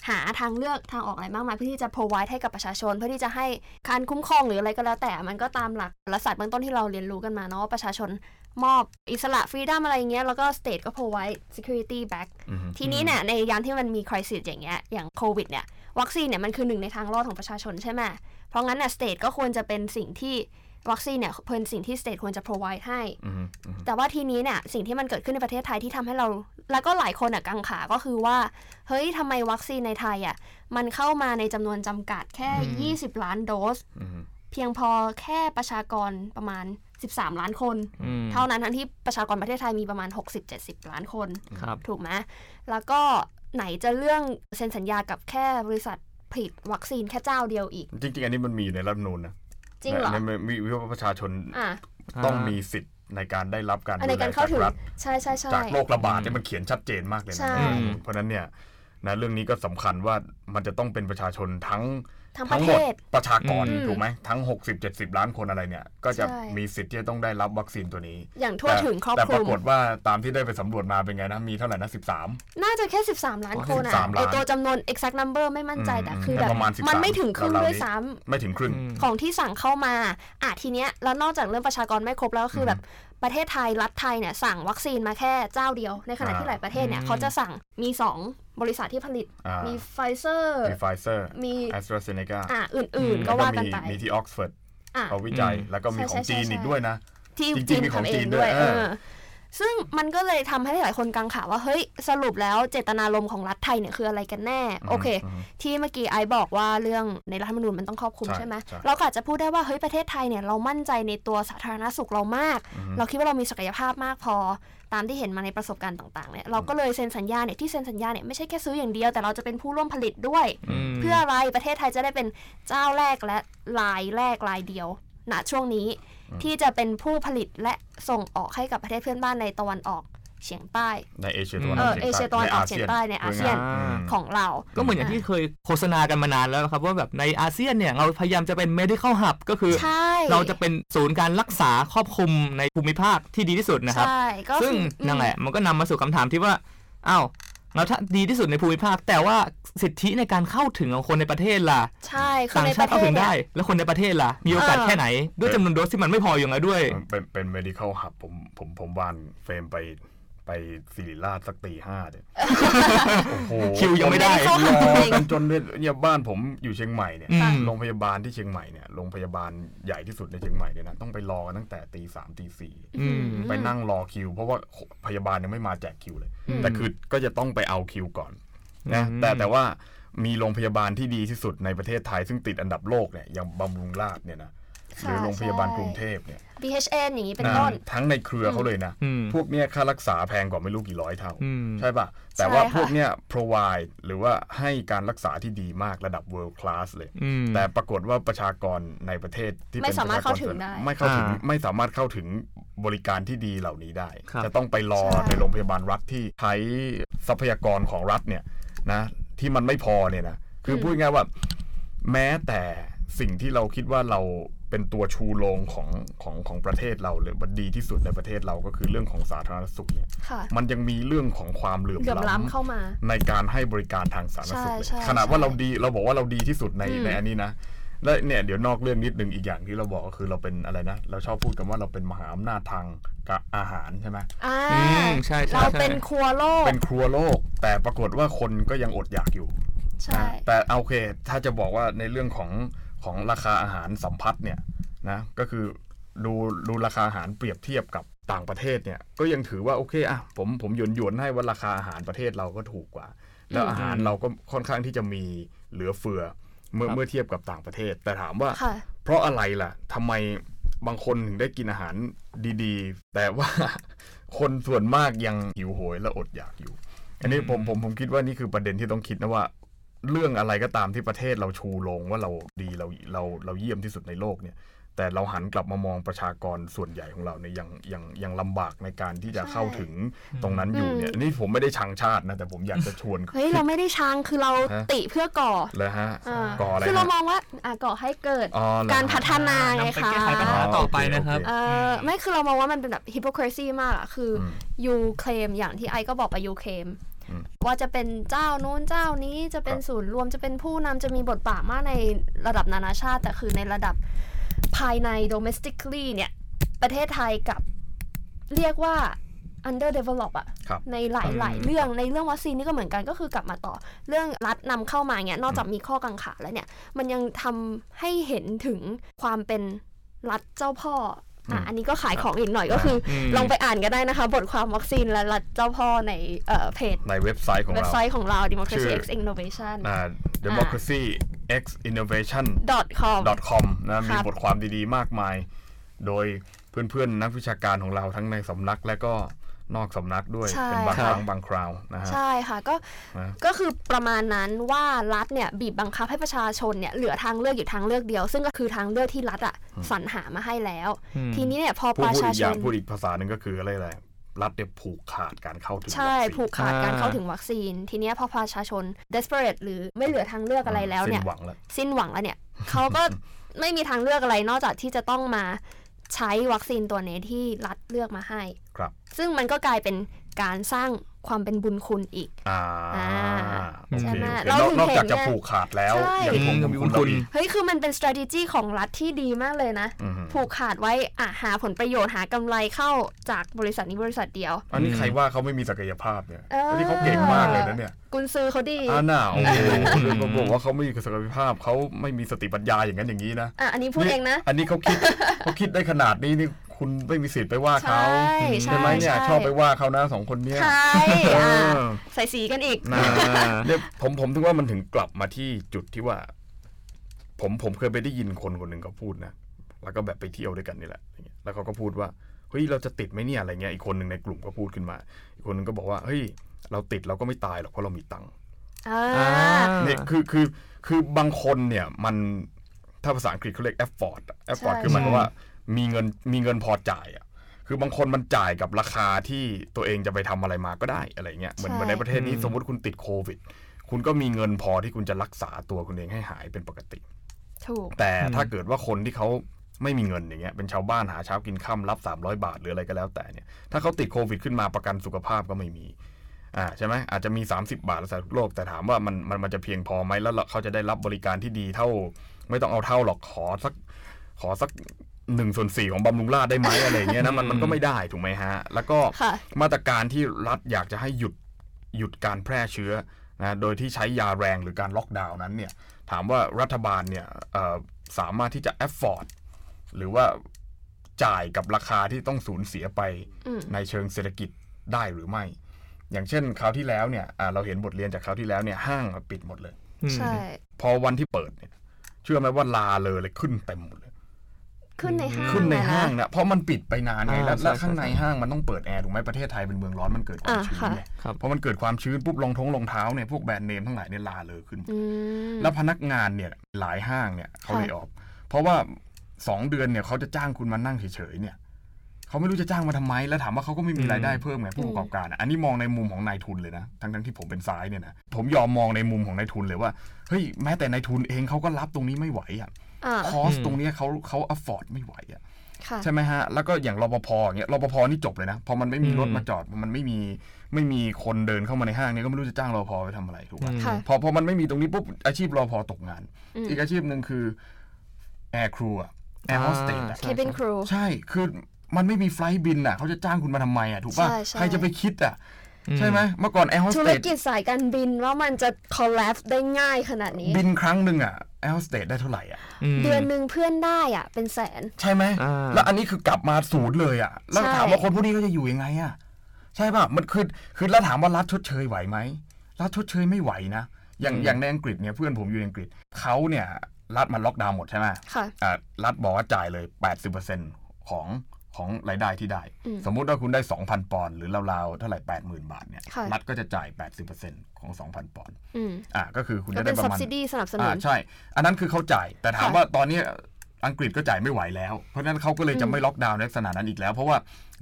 S2: หาทางเลือกทางออกอะไรมากมาย เพื่อที่จะ provide ให้กับประชาชน เพื่อที่จะให้การคุ้มครองหรืออะไรก็แล้วแต่มันก็ตามหลักรัฐศาสตร์เบื้องต้นที่เราเรียนรู้กันมาเนาะว่าประชาชนมอบอิสระฟรีด o m อะไรอย่างเงี้ยแล้วก็ state ก็ provide security back
S1: อืม
S2: ทีนี้เนี่ยในยามที่มันมีคริสิสอย่างเงี้ยอย่างโควิดเนี่ยวัคซีนเนี่ยมันคือหนึ่งในทางรอดของประชาชนใช่ไหมเพราะงั้นเนี่ยสเตทก็ควรจะเป็นสิ่งที่วัคซีนเนี่ยเป็นสิ่งที่สเตทควรจะ provide ให้
S1: อืมอืม
S2: แต่ว่าทีนี้เนี่ยสิ่งที่มันเกิดขึ้นในประเทศไทยที่ทำให้เรา แล้วก็หลายคนอ่ะกังขาก็คือว่า เฮ้ยทำไมวัคซีนในไทยอ่ะมันเข้ามาในจำนวนจำกัดแค่ 20 ล้านโดส
S1: อืม
S2: เพียงพอแค่ประชากรประมาณ 13 ล้านคน
S3: อืม
S2: เท่านั้นทั้งที่ประชากรประเทศไทยมีประมาณ 60-70 ล้านคน
S3: ครับ
S2: ถูกไหมแล้วก็ไหนจะเรื่องเซ็นสัญญากับแค่บริษัทผลิตวัคซีนแค่เจ้าเดียวอีก
S1: จริงๆ อันนี้มันมีอยู่ในรัฐธรรมนูญนะ
S2: จริงเหรอ
S1: ในในมีวิวาประชาชน
S2: อ่ะ
S1: ต้องมีสิทธิ์ในการได้รับการ
S2: อันในการเข้าถึง
S1: ดูแลจรัฐ
S2: ใช่ใช่ใช่
S1: จากโรคระบาด
S3: อืม
S1: เนี่ยมันเขียนชัดเจนมากเลย
S2: ใช่
S1: นะ
S3: อืม
S1: เพราะฉะนั้นเนี่ยนะเรื่องนี้ก็สำคัญว่ามันจะต้องเป็นประชาชนทั้ง
S2: ทั้งป
S1: ทั้
S2: ระ
S1: งหม
S2: เท
S1: ด
S2: ศ
S1: ประชากร
S2: อืม
S1: ถูกไหมทั้ง 60 70 ล้านคนอะไรเนี่ย ก็จะ
S2: ใช่
S1: มีสิทธิ์ที่จะต้องได้รับวัคซีนตัวนี้
S2: อย่างทั่วถึงครอบ
S1: แต่
S2: ค
S1: ป
S2: ลุ
S1: ราม กฏว่าตามที่ได้ไปสำรวจมาเป็นไงนะมีเท่าไหร่นะ 13
S2: น่าจะแค่ 13 ล้านคนอ่ะ
S1: 13ล้าน
S2: เดี๋ยวตัวจำนวน exact number ไม่มั่นใจ
S1: อืม
S2: แต่คือแบบ
S1: ประมาณ13
S2: มันไม่ถึงครึ่ง
S1: ราวๆ
S2: ด้วย
S1: นี้
S2: ซ้
S1: ไม่ถึงครึ่ง
S2: ำของที่สั่งเข้ามาอ่ะทีเนี้ยแล้วนอกจากเรื่องประชากรไม่ครบแล้วก็คืออ
S1: ม
S2: แบบประเทศไทยรัฐไทยเนี่ยสั่งวัคซีนมาแค่เจ้าเดียว ในขณะ
S1: อ่า
S2: ที่หลายประเทศเนี่ย
S3: อืม
S2: เขาจะสั่งมีสองบริษัทที่ผลิต
S1: อ่า
S2: มีไฟเซอร์
S1: มีไฟเซอร์
S2: มี
S1: แอสตราเซเนกา
S2: อ่ะอื่น
S3: อืม
S2: ๆ ก็ว่ากัน
S1: มี
S2: ไป
S1: มีที่ออกซฟอร์ด
S2: อ่ะ
S1: เขาวิจัย
S3: อืม
S1: แล้วก็มีของ
S2: ใช่ใช่
S1: จีนอี
S2: ใช่
S1: กด้วยนะ
S2: ที่
S1: จริงๆ
S2: จีน
S1: มีของ
S2: ทำเอ
S1: จี
S2: ง
S1: น
S2: ด้วย
S1: ด้วย
S2: เอ
S1: เออ
S2: อซึ่งมันก็เลยทำให้หลายคนกังขาว่า เฮ้ย สรุปแล้วเจตนารมณ์ของรัฐไทยเนี่ยคืออะไรกันแน่ โอเค
S1: ม
S2: ที่เมื่อกี้ไอซ์บอกว่าเรื่องในรัฐธรรมนูญมันต้องครอบคลุม
S1: ใช่
S2: ใช่ไหม
S1: ใช่
S2: เราก็อาจจะพูดได้ว่า เฮ้ย ประเทศไทยเนี่ย เรามั่นใจในตัวสาธารณสุขเรามาก
S1: อืม
S2: เราคิดว่าเรามีศักยภาพมากพอตามที่เห็นมาในประสบการณ์ต่างๆเนี่ยเราก็เลยเซ็นสัญญาเนี่ยที่เซ็นสัญญาเนี่ยไม่ใช่แค่ซื้ออย่างเดียวแต่เราจะเป็นผู้ร่วมผลิตด้วย
S3: ม
S2: เพื่ออะไรประเทศไทยจะได้เป็นเจ้าแรกและรายแรกรายเดียวณช่วงนี้
S1: อืม
S2: ที่จะเป็นผู้ผลิตและส่งออกให้กับประเทศเพื่อนบ้านในตะวันออกเฉียงใต้
S1: ในเอเชียตะวัน
S2: เอ
S1: ออ
S2: อก เอ
S1: เฉียง
S2: เชี
S1: ใต้
S2: ยตะวันออกเฉียงใต้ในอาเซียน
S1: พูดง่ายๆม
S2: ของเรา
S3: ก็เหมือนอย่างที่เคยโฆษณากันมานานแล้วครับ ว่าแบบในอาเซียนเนี่ยเราพยายามจะเป็น medical hub ก็คือ
S2: ใช่
S3: เราจะเป็นศูนย์การรักษาครอบคลุมในภูมิภาคที่ดีที่สุดนะครับ
S2: ใช่ก็คือ
S3: ซึ่งนั่นแหละ
S2: อืม
S3: มันก็นำมาสู่คำถามที่ว่าอ้าวแล้วถ้าดีที่สุดในภูมิภาค แต่ว่าสิทธิในการเข้าถึงของคนในประเทศล่ะ
S2: ใช่คือ
S3: ต่าง
S2: ในป
S3: ชา
S2: ระเท
S3: ติเข้าถึ
S2: ศ
S3: ง
S2: เนี่
S3: ได้
S2: ย
S3: แล้วคนในประเทศล่ะ มีโอกาส
S2: เออ
S3: แค่ไหน ด้วยจำนวนโดสที่มันไม่พออย่างไรด้วย
S1: มันเป็นเป็น medical hub ผมผมผมวานเฟรมไปไปศิริราชสักตีห้าเนี่ย
S3: <laughs>
S1: โอ้โห
S3: คิวยังไม่ได้
S1: ร
S2: เข้าถึง
S1: อ
S2: เอง
S3: <laughs>
S1: กันจนเนี่ยเนี่ยบ้านผมอยู่เชียงใหม่เนี่ย
S3: อืม
S1: โรงพยาบาลที่เชียงใหม่เนี่ยโรงพยาบาลใหญ่ที่สุดในเชียงใหม่เนี่ยนะต้องไปรอกันตั้งแต่ตีสามตีสี่
S3: อืม
S1: ไปนั่งรอคิว เพราะว่าพยาบาลยังไม่มาแจกคิวเลย
S2: อืม
S1: แต่คือก็จะต้องไปเอาคิวก่อนนะ
S3: อืม
S1: แต่แต่ว่ามีโรงพยาบาลที่ดีที่สุดในประเทศไทยซึ่งติดอันดับโลกเนี่ยอย่างบำรุงราษฎร์เนี่ยนะหรือโรงพยาบาลกรุงเทพเนี่ย
S2: BHN อย่างนี้เป็น
S1: นะ
S2: ต้น
S1: ทั้งในเครือเขาเลยนะ
S3: อืม
S1: พวกเนี้ยค่ารักษาแพงกว่าไม่รู้กี่ร้อยเท่า
S3: อืม
S1: ใช่ปะแต่ว่า
S2: ใช่ค่ะ
S1: พวกเนี้ย provide หรือว่าให้การรักษาที่ดีมากระดับ world class เลย
S3: อืม
S1: แต่ปรากฏว่าประชากรในประเทศที่
S2: ไม่
S1: เป็น
S2: สามารถ
S1: ประชก
S2: เข้าถึงได้
S1: ไม่เข้าถึง
S3: อ่า
S1: ไม่สามารถเข้าถึงบริการที่ดีเหล่านี้ได้
S3: ครับ
S1: จะต้องไปรอ
S2: ใช่
S1: ในโรงพยาบาลรัฐที่ใช้ทรัพยากรของรัฐเนี่ยนะที่มันไม่พอเนี่ยนะคือพูดง่ายๆว่า แม้แต่สิ่งที่เราคิดว่าเราเป็นตัวชูโรงของของของประเทศเราหรือว่าดีที่สุดในประเทศเราก็คือเรื่องของสาธารณสุขเนี่ย
S2: ค่ะ
S1: มันยังมีเรื่องของความเหลื่อม
S2: เหลื่อม
S1: ล้ำ
S2: ล้ำเข้ามา
S1: ในการให้บริการทางสาธารณสุขเลย
S2: ใช่ใช่
S1: ขนาดว่า
S2: ใช่
S1: เราดีเราบอกว่าเราดีที่สุดใน
S2: อืม
S1: ในอันนี้นะ และเนี่ยเดี๋ยวนอกเรื่องนิดนึงอีกอย่างที่เราบอกก็คือเราเป็นอะไรนะ เราชอบพูดกันว่าเราเป็นมหาอำนาจทางกะอาหารใช่ไหม
S2: อ่า
S3: อืมใช่ใช่
S2: เรา
S3: ใช่
S2: เป็นครัวโลก
S1: เป็นครัวโลก แต่ปรากฏว่าคนก็ยังอดอยากอยู่
S2: ใช่
S1: นะแต่เอาโอเค ถ้าจะบอกว่าในเรื่องของของราคาอาหารสัมพัทธ์เนี่ย นะก็คือดูดูราคาอาหารเปรียบเทียบกับต่างประเทศเนี่ยก็ยังถือว่าโอเคอ่ะผมผมหยวนหยวนๆให้ว่าราคาอาหารประเทศเราก็ถูกกว่า แล้วอาหารเราก็ค่อนข้างที่จะมีเหลือเฟือเมื่อ
S3: ครับ
S1: เมื่อเทียบกับต่างประเทศ แต่ถามว่า
S2: ค่ะ
S1: เพราะอะไรล่ะทำไมบางคนถึงได้กินอาหารดีๆ แต่ว่า <laughs> คนส่วนมากยังหิวโหยและอดอยากอยู่ อันนี้ผมผมผมคิดว่านี่คือประเด็นที่ต้องคิดนะว่า เรื่องอะไรก็ตามที่ประเทศเราชูโรงว่าเราดีเราเราเราเยี่ยมที่สุดในโลกเนี่ย แต่เราหันกลับมามองประชากรส่วนใหญ่ของเราเนี่ยยังยังยังลำบากในการที่จะ
S2: ใช่
S1: เข้าถึงตรงนั้นอยู่เนี่ยนี่ผมไม่ได้ชังชาตินะแต่ผมอยากจะชวน
S2: เฮ้ย เราไม่ได้ช้างคือเรา
S1: ฮะ
S2: ติเพื่อก่อ
S1: เลยฮะ
S2: อ่า
S1: ก่ออะไร
S2: คือเรา
S1: ฮะ
S2: มองว่าอ่ะก่อให้เกิด
S1: อ๋อเหอ
S2: การ
S1: ฮะ
S2: พัฒนาไง
S3: นำไป
S2: คะ
S3: แก้ไขปัญหาต่อไปนะครับ
S2: เออไม่คือเรามองว่ามันเป็นแบบ hypocrisy มากอะคืออ
S1: ม
S2: ยูเคลมอย่างที่ไอก็บอกไปยูเคลม
S1: อืม
S2: ว่าจะเป็นเจ้านู้นเจ้านี้จะเป็น
S1: ครับ
S2: ศูนย์รวมจะเป็นผู้นำจะมีบทบาทมากในระดับนานาชาติ แต่คือในระดับภายใน domestically เนี่ย ประเทศไทยกลับเรียกว่า underdevelop อะ
S1: ครับ
S2: ในหลาย
S3: อื
S2: ๆ
S3: ม
S2: เรื่องในเรื่องวัคซีนนี่ก็เหมือนกันก็คือกลับมาต่อ เรื่องรัฐนำเข้ามาเนี่ยนอกจากมีข้อกังขาแล้วเนี่ย มันยังทำให้เห็นถึงความเป็นรัฐเจ้าพ่ออ่ะ
S1: อืม
S2: อันนี้ก็ขายของอีกหน่อยก็คืออลองไปอ่านก็ได้นะคะ บทความวัคซีนและรัฐเจ้าพ่อในเอ่อเพจ
S1: ในเว็บไซต์ของ
S2: เว็บ
S1: เรา
S2: ไซต์ของเรา democracy
S1: ชื่อ
S2: x innovation
S1: อ่า democracy x innovation
S2: dot com
S1: com นะมี
S2: ครับ
S1: บทความดีๆ มากมาย โดยเพื่อนๆ นักวิชาการของเราทั้งในสำนักและก็นอกสำนักด้วย
S2: ใช่
S1: เป็นบาง
S3: ครั
S1: ค
S3: บ
S1: รั้งบางคราวนะฮะ
S2: ใช่ค่ะก็
S1: นะ
S2: ก็คือประมาณนั้นว่ารัฐเนี่ยบีบบังคับให้ประชาชนเนี่ยเหลือทางเลือกอยู่ทางเลือกเดียว ซึ่งก็คือทางเลือกที่รัฐอ่ะสรรหามาให้แล้ว
S3: อืม
S2: ทีนี้เนี่ยพอ
S1: พู
S2: ป
S1: ด
S2: ระ
S1: พูด
S2: ชา
S1: อีก
S2: ช
S1: อย่าง
S2: น
S1: พูดอีกภาษาหนึ่งก็คืออะไรอะไรรัฐเนี่ยผูกขาดการเข้าถึง
S2: ใช่
S1: วัคซีน
S2: ผูกขาดการ
S3: อ่า
S2: เข้าถึงวัคซีน ทีเนี้ยพอประชาชน desperate หรือไม่เหลือทางเลือกอะไรแล้วเนี่ย
S1: สิ้นหวังแล้ว
S2: สิ้นหวังแล้วเนี่ย
S1: <laughs>
S2: เขาก็ไม่มีทางเลือกอะไรนอกจากที่จะต้องมาใช้วัคซีนตัวนี้ที่รัฐเลือกมาให้
S1: ครับ
S2: ซึ่งมันก็กลายเป็นการสร้างความเป็นบุญคุณอีก
S1: อ่า
S2: อ่า
S1: โอเค
S2: ใช่ไหม
S1: โอเคน
S2: เรา
S1: อก
S2: ถึง
S1: นอกจาก
S2: เห็น
S1: จะ
S2: ไง
S1: ผูกขาดแล้ว
S2: ใช่
S1: ยังคง
S3: อืม
S1: มีคุณ
S3: คุ
S1: คุณ ณ
S2: เฮ้ยคือมันเป็น s t r a t e g y ของรัฐที่ดีมากเลยนะ
S1: อือฮึ
S2: ผูกขาดไว้อ่ะหาผลประโยชน์หากำไรเข้าจากบริษัทนี้บริษัทเดียว
S1: อันนี้ใครว่าเขาไม่มีศักยภาพเนี่ย
S2: เออ
S1: อันนี้เขาเก่งมากเลยนะเนี่ย
S2: กุนซือเขาดี
S1: อ่าน่าโอ้โห
S3: อืม
S1: คนอื่นก็บอกว่าเขาไม่มีศักยภาพเขาไม่มีสติปัญญาอย่างนั้นอย่างนี้นะ
S2: อ่ะอันนี้พูดเองนะ
S1: อันนี้เขาคิด เขาคิดได้ขนาดนี้นี่คุณไม่มีสิทธิ์ไปว่าเขา
S2: ใช่
S1: ไหมเนี่ย
S2: ใช่
S1: ชอบไปว่าเขานะสองคนเนี้ย
S2: ใช่
S1: เอ
S2: อ่ะ
S1: อ
S2: ใส่สีกันอีก
S1: นะเนี่ยผมผมถึงว่ามันถึงกลับมาที่จุดที่ว่า ผมผมเคยไปได้ยินคนคนหนึ่งเขาพูดนะแล้วก็แบบไปเที่ยวด้วยกันนี่แหละอย่างเงี้ยแล้วเขาก็พูดว่าเฮ้ยเราจะติดไหมเนี่ยอะไรเงี้ยอีกคนหนึ่งในกลุ่มก็พูดขึ้นมา อีกคนหนึ่งก็บอกว่าเฮ้ยเราติดเราก็ไม่ตายหรอกเพราะเรามีตังค์
S2: อ่า
S3: อ่า
S1: เนี่ยคือคือคือบางคนเนี่ยมันถ้าภาษาอังกฤษเขาเรียก effort อะ effort
S2: ใช่
S1: คือหมายความว่ามีเงินมีเงินพอจ่ายอะคือบางคนมันจ่ายกับราคาที่ตัวเองจะไปทำอะไรมาก็ได้อะไรเงี้ยเหมือนเหมือนในประเทศนี้
S3: อืม
S1: สมมติคุณติดโควิด คุณก็มีเงินพอที่คุณจะรักษาตัวคุณเองให้หายเป็นปกติ
S2: ถูก
S1: แต่ถ้า
S3: อืม
S1: เกิดว่าคนที่เขาไม่มีเงินอย่างเงี้ยเป็นชาวบ้านหาเช้ากินข้ารับ 300 บาทหรืออะไรก็แล้วแต่เนี่ยถ้าเขาติดโควิดขึ้นมาประกันสุขภาพก็ไม่มีอ่าใช่ไหมอาจจะมี 30 บาทรักษาทุกโรคแต่ถามว่ามันมันมันจะเพียงพอไหมแล้วเราเขาจะได้รับบริการที่ดีเท่า ไม่ต้องเอาเท่าหรอกขอสักขอสักหนึ่งส่วนสี่ของบำรุงราษฎร์ได้ไหมอะไรอย่างเงี้ยนะมันมันก็ไม่ได้ถูกไหมฮะ แล้วก็
S2: ค่ะ
S1: มาตรการที่รัฐอยากจะให้หยุดหยุดการแพร่เชื้อนะโดยที่ใช้ยาแรงหรือการล็อกดาวน์นั้นเนี่ยถามว่ารัฐบาลเนี่ยเอ่อสามารถที่จะ afford หรือว่าจ่ายกับราคาที่ต้องสูญเสียไป
S2: อืม
S1: ในเชิงเศรษฐกิจได้หรือไม่ อย่างเช่นคราวที่แล้วเนี่ยอ่าเราเห็นบทเรียนจากคราวที่แล้วเนี่ยห้างปิดหมดเลย
S2: ใช่
S1: พอวันที่เปิดเนี่ยเชื่อไหมว่าลาเลยเลยขึ้นเต็มหมดเลย
S2: ขึ้นในห้าง
S1: ขึ้นใน
S2: เลยะ
S1: ห้างนะเพราะมันปิดไปนานไง
S3: อ่า
S1: แล้ว
S3: ใช่
S1: แล้วข้างใน
S3: ใช่
S1: ห้างมันต้องเปิดแอร์ถูกไหมประเทศไทยเป็นเมืองร้อนมันเกิดความ
S2: อ่า
S1: ชื้น
S2: ค่ะ
S1: ไง
S3: ครับ
S1: พอมันเกิดความชื้นปุ๊บรองท้องรองเท้าเนี่ยพวกแบรนด์เนมทั้งหลายเนี่ยลาเลยขึ้น
S2: อืม
S1: แล้วพนักงานเนี่ยหลายห้างเนี่ยเขา
S2: ค่ะ
S1: เลยออกเพราะว่าสองเดือนเนี่ยเขาจะจ้างคุณมานั่งเฉยๆเนี่ยเขาไม่รู้จะจ้างมาทำไม แล้วถามว่าเขาก็ไม่มีรายได้เพิ่มไงผู้ประกอบการอะอันนี้มองในมุมของนายทุนเลยนะทั้งๆที่ผมเป็นซ้ายเนี่ยนะผมยอมมองในมุมของนายทุนเลยว่าเฮ้ยแม้แต่นายทุนเองเขาก็รับตรงนี้ไม่ไหวอ่ะ
S2: อ่า
S1: คอส
S3: อืม
S1: ตรงเนี้ยเขาเขาอฟอร์ดไม่ไหวอ่ะ
S2: ค่ะ
S1: ใช่ไหมฮะ แล้วก็อย่างรปภอย่างเงี้ยรปภนี่จบเลยนะ พอมันไม่มี
S3: อืม
S1: รถมาจอด มันไม่มีไม่มีคนเดินเข้ามาในห้างเนี่ยก็ไม่รู้จะจ้างรปภไปทำอะไรถูกไหม
S2: ค่ะ
S1: พอพอมันไม่มีตรงนี้ปุ๊บอาชีพรปภตกงาน
S2: อืม
S1: อีกอาชีพหนึ่งคือแอร์ครูอะแอร์โฮสเตสอะ
S3: ใช่
S2: cabin crew
S1: ใช่ คือมันไม่มีไฟลท์บินอะเขาจะจ้างคุณมาทำไมอะถูกป่ะ
S2: ใช่ใช่
S1: ใครจะไปคิดอะ ใช่ไหมเมื่อก่อนแอร์โฮส
S2: ธุร
S1: เตส
S2: กิจสายการบินว่ามันจะ collapse ได้ง่ายขนาดนี้
S1: บินครั้งหนึ่งอ่ะแอร์โฮสเตสได้เท่าไหร่อ่ะ
S3: ม
S2: เดือนหนึ่งเพื่อนได้อ่ะ เป็นแสน
S1: ใช่ไหม
S3: อ่า
S1: แล้วอันนี้คือกลับมาศูนย์เลยอ่ะ แล้ว
S2: ใช่
S1: ถามว่าคนพวกนี้ก็จะอยู่ยังไงอ่ะ ใช่ป่ะ มันคือ คือแล้วถามว่ารัฐชดเชยไหวไหม รัฐชดเชยไม่ไหวนะ อย่าง อย่างในอังกฤษเนี่ย เพื่อนผมอยู่ในอังกฤษ เขาเนี่ย รัฐมันล็อกดาวน์หมดใช่ไหม
S2: ค่ะ
S1: อ่ารัฐบอกว่าจ่ายเลย 80%ของของรายได้ที่ได้
S2: อืม
S1: สมมุติว่าคุณได้ 2,000 ปอนด์หรือราวๆเท่าไหร่ 80,000 บาทเนี่ย
S2: ค่ะ
S1: รัฐก็จะจ่าย 80%ของ 2,000 ปอนด์
S2: อืม
S1: อ่า ก็คือคุณ
S2: ก็
S1: จะ
S2: เป็
S1: ได้
S2: น
S1: ประมาณ
S2: subsidy สนับสนุ
S1: อ่าน ใช่ อันนั้นคือเขาจ่าย แต่ถาม
S2: ค่ะ
S1: ว่าตอนนี้อังกฤษก็จ่ายไม่ไหวแล้ว เพราะฉะนั้นเขาก็เลยจะไม่ล็อกดาวน์ในลักษณะนั้นอีกแล้ว เพราะว่า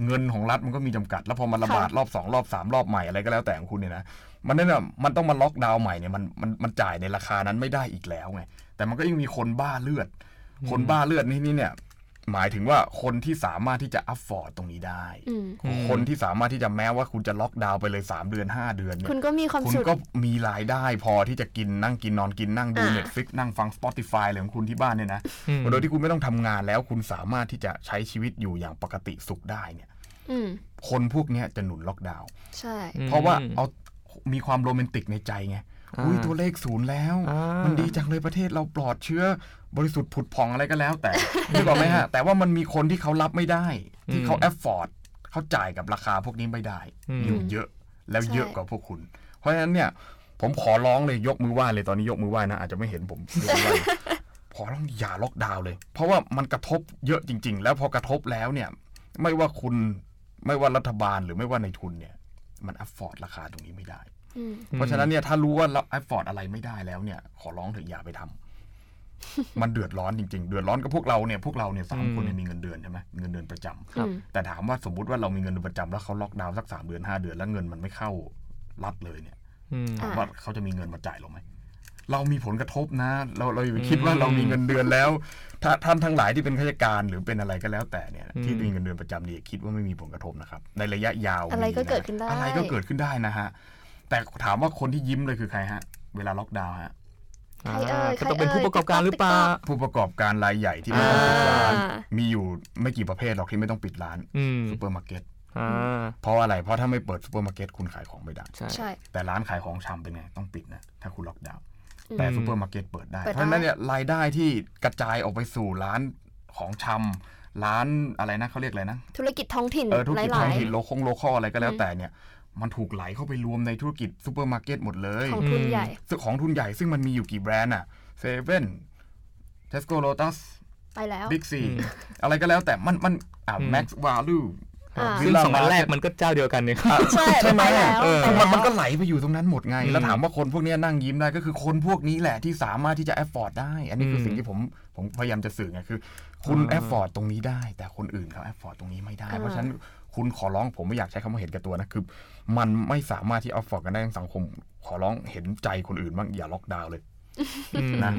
S1: เงินของรัฐมันก็มีจำกัด แล้วพอมันระบาดรอบ 2 รอบ 3 รอบใหม่อะไรก็แล้วแต่ของคุณเนี่ยนะ มันนั่นน่ะมันต้องมาล็อกดาวน์ใหม่เนี่ยมันมันมันจ่ายในราคานั้นไม่ได้อีกแล้วไง แต่มันก็ยังมีคนบ้าเลือด คนบ้าเลือดนี่นี่เนี่ย หมายถึงว่าคนที่สามารถที่จะอัฟฟอร์ดตรงนี้ได้
S2: อืม
S1: คนที่สามารถที่จะแม้ว่าคุณจะล็อกดาวน์ไปเลยสามเดือนห้าเดือนเนี่ย
S2: คุณก็มีความ
S1: คุณ
S2: สุข
S1: ก็มีรายได้พอที่จะกินนั่งกินนอนกินนั่งดู
S2: อ่า
S1: Netflix นั่งฟัง Spotify อะไรของคุณที่บ้านเนี่ยนะ
S3: อืม
S1: โดยที่คุณไม่ต้องทำงานแล้วคุณสามารถที่จะใช้ชีวิตอยู่อย่างปกติสุขได้เนี่ย
S2: อืม
S1: คนพวกเนี้ยจะหนุนล็อกดาวน์
S2: ใช่
S1: เพราะว่าเอามีความโรแมนติกในใจไง อุ้ยตัวเลขศูนย์แล้ว
S3: อ่ามั
S1: มันดีจังเลยประเทศเราปลอดเชื้อ บริสุทธิ์ผุดผ่องอะไรก็แล้ว
S3: <laughs>
S1: แต่ นึกออกไหมฮะแต่ว่ามันมีคนที่เขารับไม่ได้ ที่เขา
S3: อืม
S1: แอฟฟอร์ดเขาจ่ายกับราคาพวกนี้ไม่ได้
S3: อืม
S1: อยู่เยอะแล้ว
S2: ใช่
S1: เยอะกว่าพวกคุณ เพราะฉะนั้นเนี่ย ผมขอร้องเลยยกมือไหว้เลยตอนนี้ยกมือไหว้นะอาจจะไม่เห็นผมยก <laughs> มือไหว้ ขอร้องอย่าล็อกดาวน์เลย เพราะว่ามันกระทบเยอะจริง ๆ แล้วพอกระทบแล้วเนี่ย ไม่ว่าคุณไม่ว่ารัฐบาลหรือไม่ว่าในทุนเนี่ย มันอัฟฟอร์ดราคาตรงนี้ไม่ได้
S2: อืม
S1: เพราะฉะนั้นเนี่ยถ้ารู้ว่าเราแอฟฟอร์ดอะไรไม่ได้แล้วเนี่ย ขอร้องเถอะอย่าไปทำ
S2: <laughs>
S1: มันเดือดร้อนจริงๆ เดือดร้อนกับพวกเราเนี่ยพวกเราเนี่ยสาม
S3: อืม
S1: คนเนี่ยมีเงินเดือนใช่ไหมเงินเดือนประจำ
S2: ครับ
S1: แต่ถามว่าสมมติว่าเรามีเงินเดือนประจำแล้วเขาล็อกดาวน์สักสามเดือนห้าเดือนแล้วเงินมันไม่เข้ารัดเลยเนี่ย
S3: อืม
S1: ถามว่าเขาจะมีเงินมาจ่ายเราไหมเรามีผลกระทบนะ เราเราอย่าไปคิดว่าเรามีเงินเดือนแล้ว ถ้าท่านทั้งหลายที่เป็นข้าราชการหรือเป็นอะไรก็แล้วแต่เนี่ยที่
S3: อืม
S1: มีเงินเดือนประจำเนี่ยคิดว่าไม่มีผลกระทบนะครับในระยะยาว
S2: อะไรก็เกิดขึ้นได้
S1: อะไรก็เกิดขึ้นได้นะฮะ แต่ถามว่าคนที่ยิ้มเลยคือใครฮะ เวลาล็อกดาวน์ฮะ
S3: อ่า
S2: ใครเอ่ย
S3: ก็ต้อง
S2: ใครเอ่ย
S3: เป็นผู้ประกอบการหรือเปล่า
S2: ติ๊กต๊อก
S1: ผู้ประกอบการรายใหญ่ที่ไม่ต้องปิดร้าน
S2: อ่า
S1: มีอยู่ไม่กี่ประเภทหรอกที่ไม่ต้องปิดร้าน
S3: อืม
S1: ซูเปอร์มาร์เก็ต
S3: อ่า
S1: เพราะอะไรเพราะถ้าไม่เปิดซูเปอร์มาร์เก็ตคุณขายของไม่ได้
S3: ใช่
S2: ใช่
S1: แต่ร้านขายของชำเป็นไง ต้องปิดนะ ถ้าคุณล็อกดาวน์
S2: อืม
S1: แต่ซูเปอร์มาร์เก็ตเปิดได้
S2: เปิด
S1: เพราะฉะนั้น
S2: ได้
S1: เนี่ยรายได้ที่กระจายออกไปสู่ร้านของชำร้านอะไรนะเขาเรียกอะไรนะ
S2: ธุรกิจท้องถิ่น
S1: เออธุรกิจ
S2: ห
S1: ท้
S2: ลา
S1: อง
S2: ย
S1: ถิ่นโลคงโลคออะไรก็แล้ว
S2: อืม
S1: แต่เนี่ย มันถูกไหลเข้าไปรวมในธุรกิจซูเปอร์มาร์เก็ตหมดเลย
S2: ๆ ของทุน
S3: อืม
S2: ใหญ่
S1: ซึ่งของทุนใหญ่ซึ่งมันมีอยู่กี่แบรนด์อะเซเว่นเทสโก้โลตัส
S2: ไปแล้ว
S1: บิ๊กซี
S3: อืม
S1: อะไรก็แล้วแต่มันมันอ่า
S3: อืม
S1: แม็กซ์วาลู
S2: อ่า
S3: ซึ่งสองอันแรกมันก็เจ้าเดียวกันเนี่ยครับ
S2: ใช่
S1: ใช่ไหม
S2: ไปแล้
S1: อะ
S2: วไป
S1: เออ
S2: แล้ว
S1: มันมันก็ไหลไปอยู่ตรงนั้นหมดไง
S3: อืม
S1: แล้วถามว่าคนพวกเนี้ยนั่งยิ้มได้ก็คือคนพวกนี้แหละที่สามารถที่จะแอฟฟอร์ดได้ อันนี้คืออ
S3: ม
S1: สิ่งที่ผมผมพยายามจะสื่อไงคือ คุณ
S3: อ่า
S1: แอฟฟอร์ดตรงนี้ได้ แต่คนอื่นเขาแอฟฟอร์ดตรงนี้ไม่ได้
S2: อ่า
S1: เพราะฉะนั้นคุณขอร้องผมไม่อยากใช้คำว่าเห็นแก่ตัวนะคือ มันไม่สามารถที่แอฟฟอร์ดกันได้ทั้งสังคม ขอร้องเห็นใจคนอื่นบ้างอย่าล็อกดาวน์เลย
S3: อืม
S1: นะ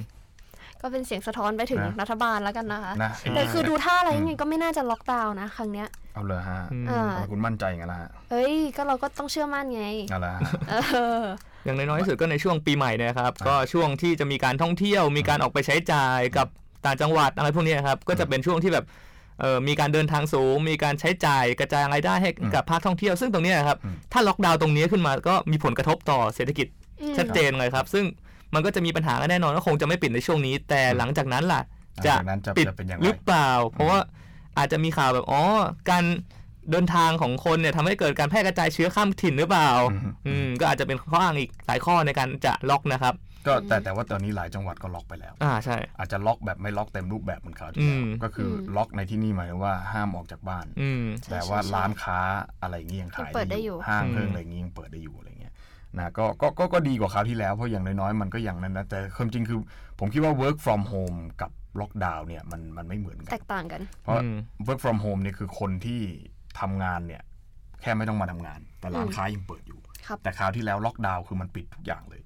S2: ก็เป็นเสียงสะท้อนไปถึง
S1: นะ
S2: รัฐบาลแล้วกันนะคะ
S1: นะ
S3: ใช่
S2: แต่คือดูท่าอะไรยังไงก็ไม่น่าจะล็อกดาวน์นะ ครั้งเนี้ย
S1: เอาเลยฮะ
S3: อืม
S2: อ่า
S1: ทำไมคุณมั่นใจอย่างนั้นล่ะฮะ
S2: เอ้ย ก็เราก็ต้องเชื่อมั่นไง
S1: เอาละฮะ
S2: เออ
S3: อย่างน้อยๆที่สุดก็ในช่วงปีใหม่เนะครับ ก็ช่วงที่จะมีการท่องเที่ยว มีการออกไปใช้จ่ายกับต่างจังหวัดอะไรพวกเนี้ยครับ ก็จะเป็นช่วงที่แบบเอ่อมีการเดินทางสูง มีการใช้จ่ายกระจายรายได้ให้กับภาคท่องเที่ยว ซึ่งตรงเนี้ยครับ
S1: อืม
S3: ถ้าล็อกดาวน์ตรงเนี้ยขึ้นมาก็มีผลกระทบต่อเศรษฐกิจ
S2: อืม
S3: ชัดเจนเลยครับ ซึ่งมันก็จะมีปัญหากันแน่นอนว่าคงจะไม่ปิดในช่วงนี้ แต่หลังจากนั้นล่ะ จะ
S1: หลังจากนั้นจะ
S3: ปิด
S1: จะเป็นอย่างไร
S3: หรือเปล่า เพราะว่าอาจจะมีข่าวแบบอ๋อการเดินทางของคนเนี่ยทำให้เกิดการแพร่กระจายเชื้อข้ามถิ่นหรือเปล่า
S1: อืม
S3: อืมก็อาจจะเป็นข้ออ้างอีกหลายข้อในการจะล็อกนะครับ
S1: ก็แต่แต่ว่าตอนนี้หลายจังหวัดก็ล็อกไปแล้ว
S3: อ่าใช่
S1: อาจจะล็อกแบบไม่ล็อกเต็มรูปแบบเหมือนคราวที่แล้ว
S3: อืม
S1: ก็คืออ
S2: ม
S1: ล็อกในที่นี่หมายถึงว่าห้ามออกจากบ้าน
S3: อืม
S1: แต่ว่า
S2: ใช่ใช่
S1: ร้านค้าอะไรอย่างงี้ยังขาย
S2: ยังเปิดได้อยู่
S1: ห้าง
S3: อืม
S1: เครื่องอะไรอย่างงี้ยังเปิดได้อยู่อะไรเงี้ยนะก็ก็ก็ก็ดีกว่าคราวที่แล้วเพราะอย่างน้อยๆมันก็อย่างนั้นนะแต่ความจริงคือผมคิดว่า work from home กับล็อกดาวน์เนี่ยมันมันไม่เหมือนกั
S2: แต
S1: น
S2: กต่างกัน
S1: เพราะ
S3: อืม
S1: work from home เนี่ยคือคนที่ทำงานเนี่ยแค่ไม่ต้องมาทำงาน แต่ร้าน
S2: อืม
S1: ค้ายังเปิดอยู่
S2: ครับ
S1: แต่คราวที่แล้วล็อกดาวน์คือมันปิดทุกอย่างเลย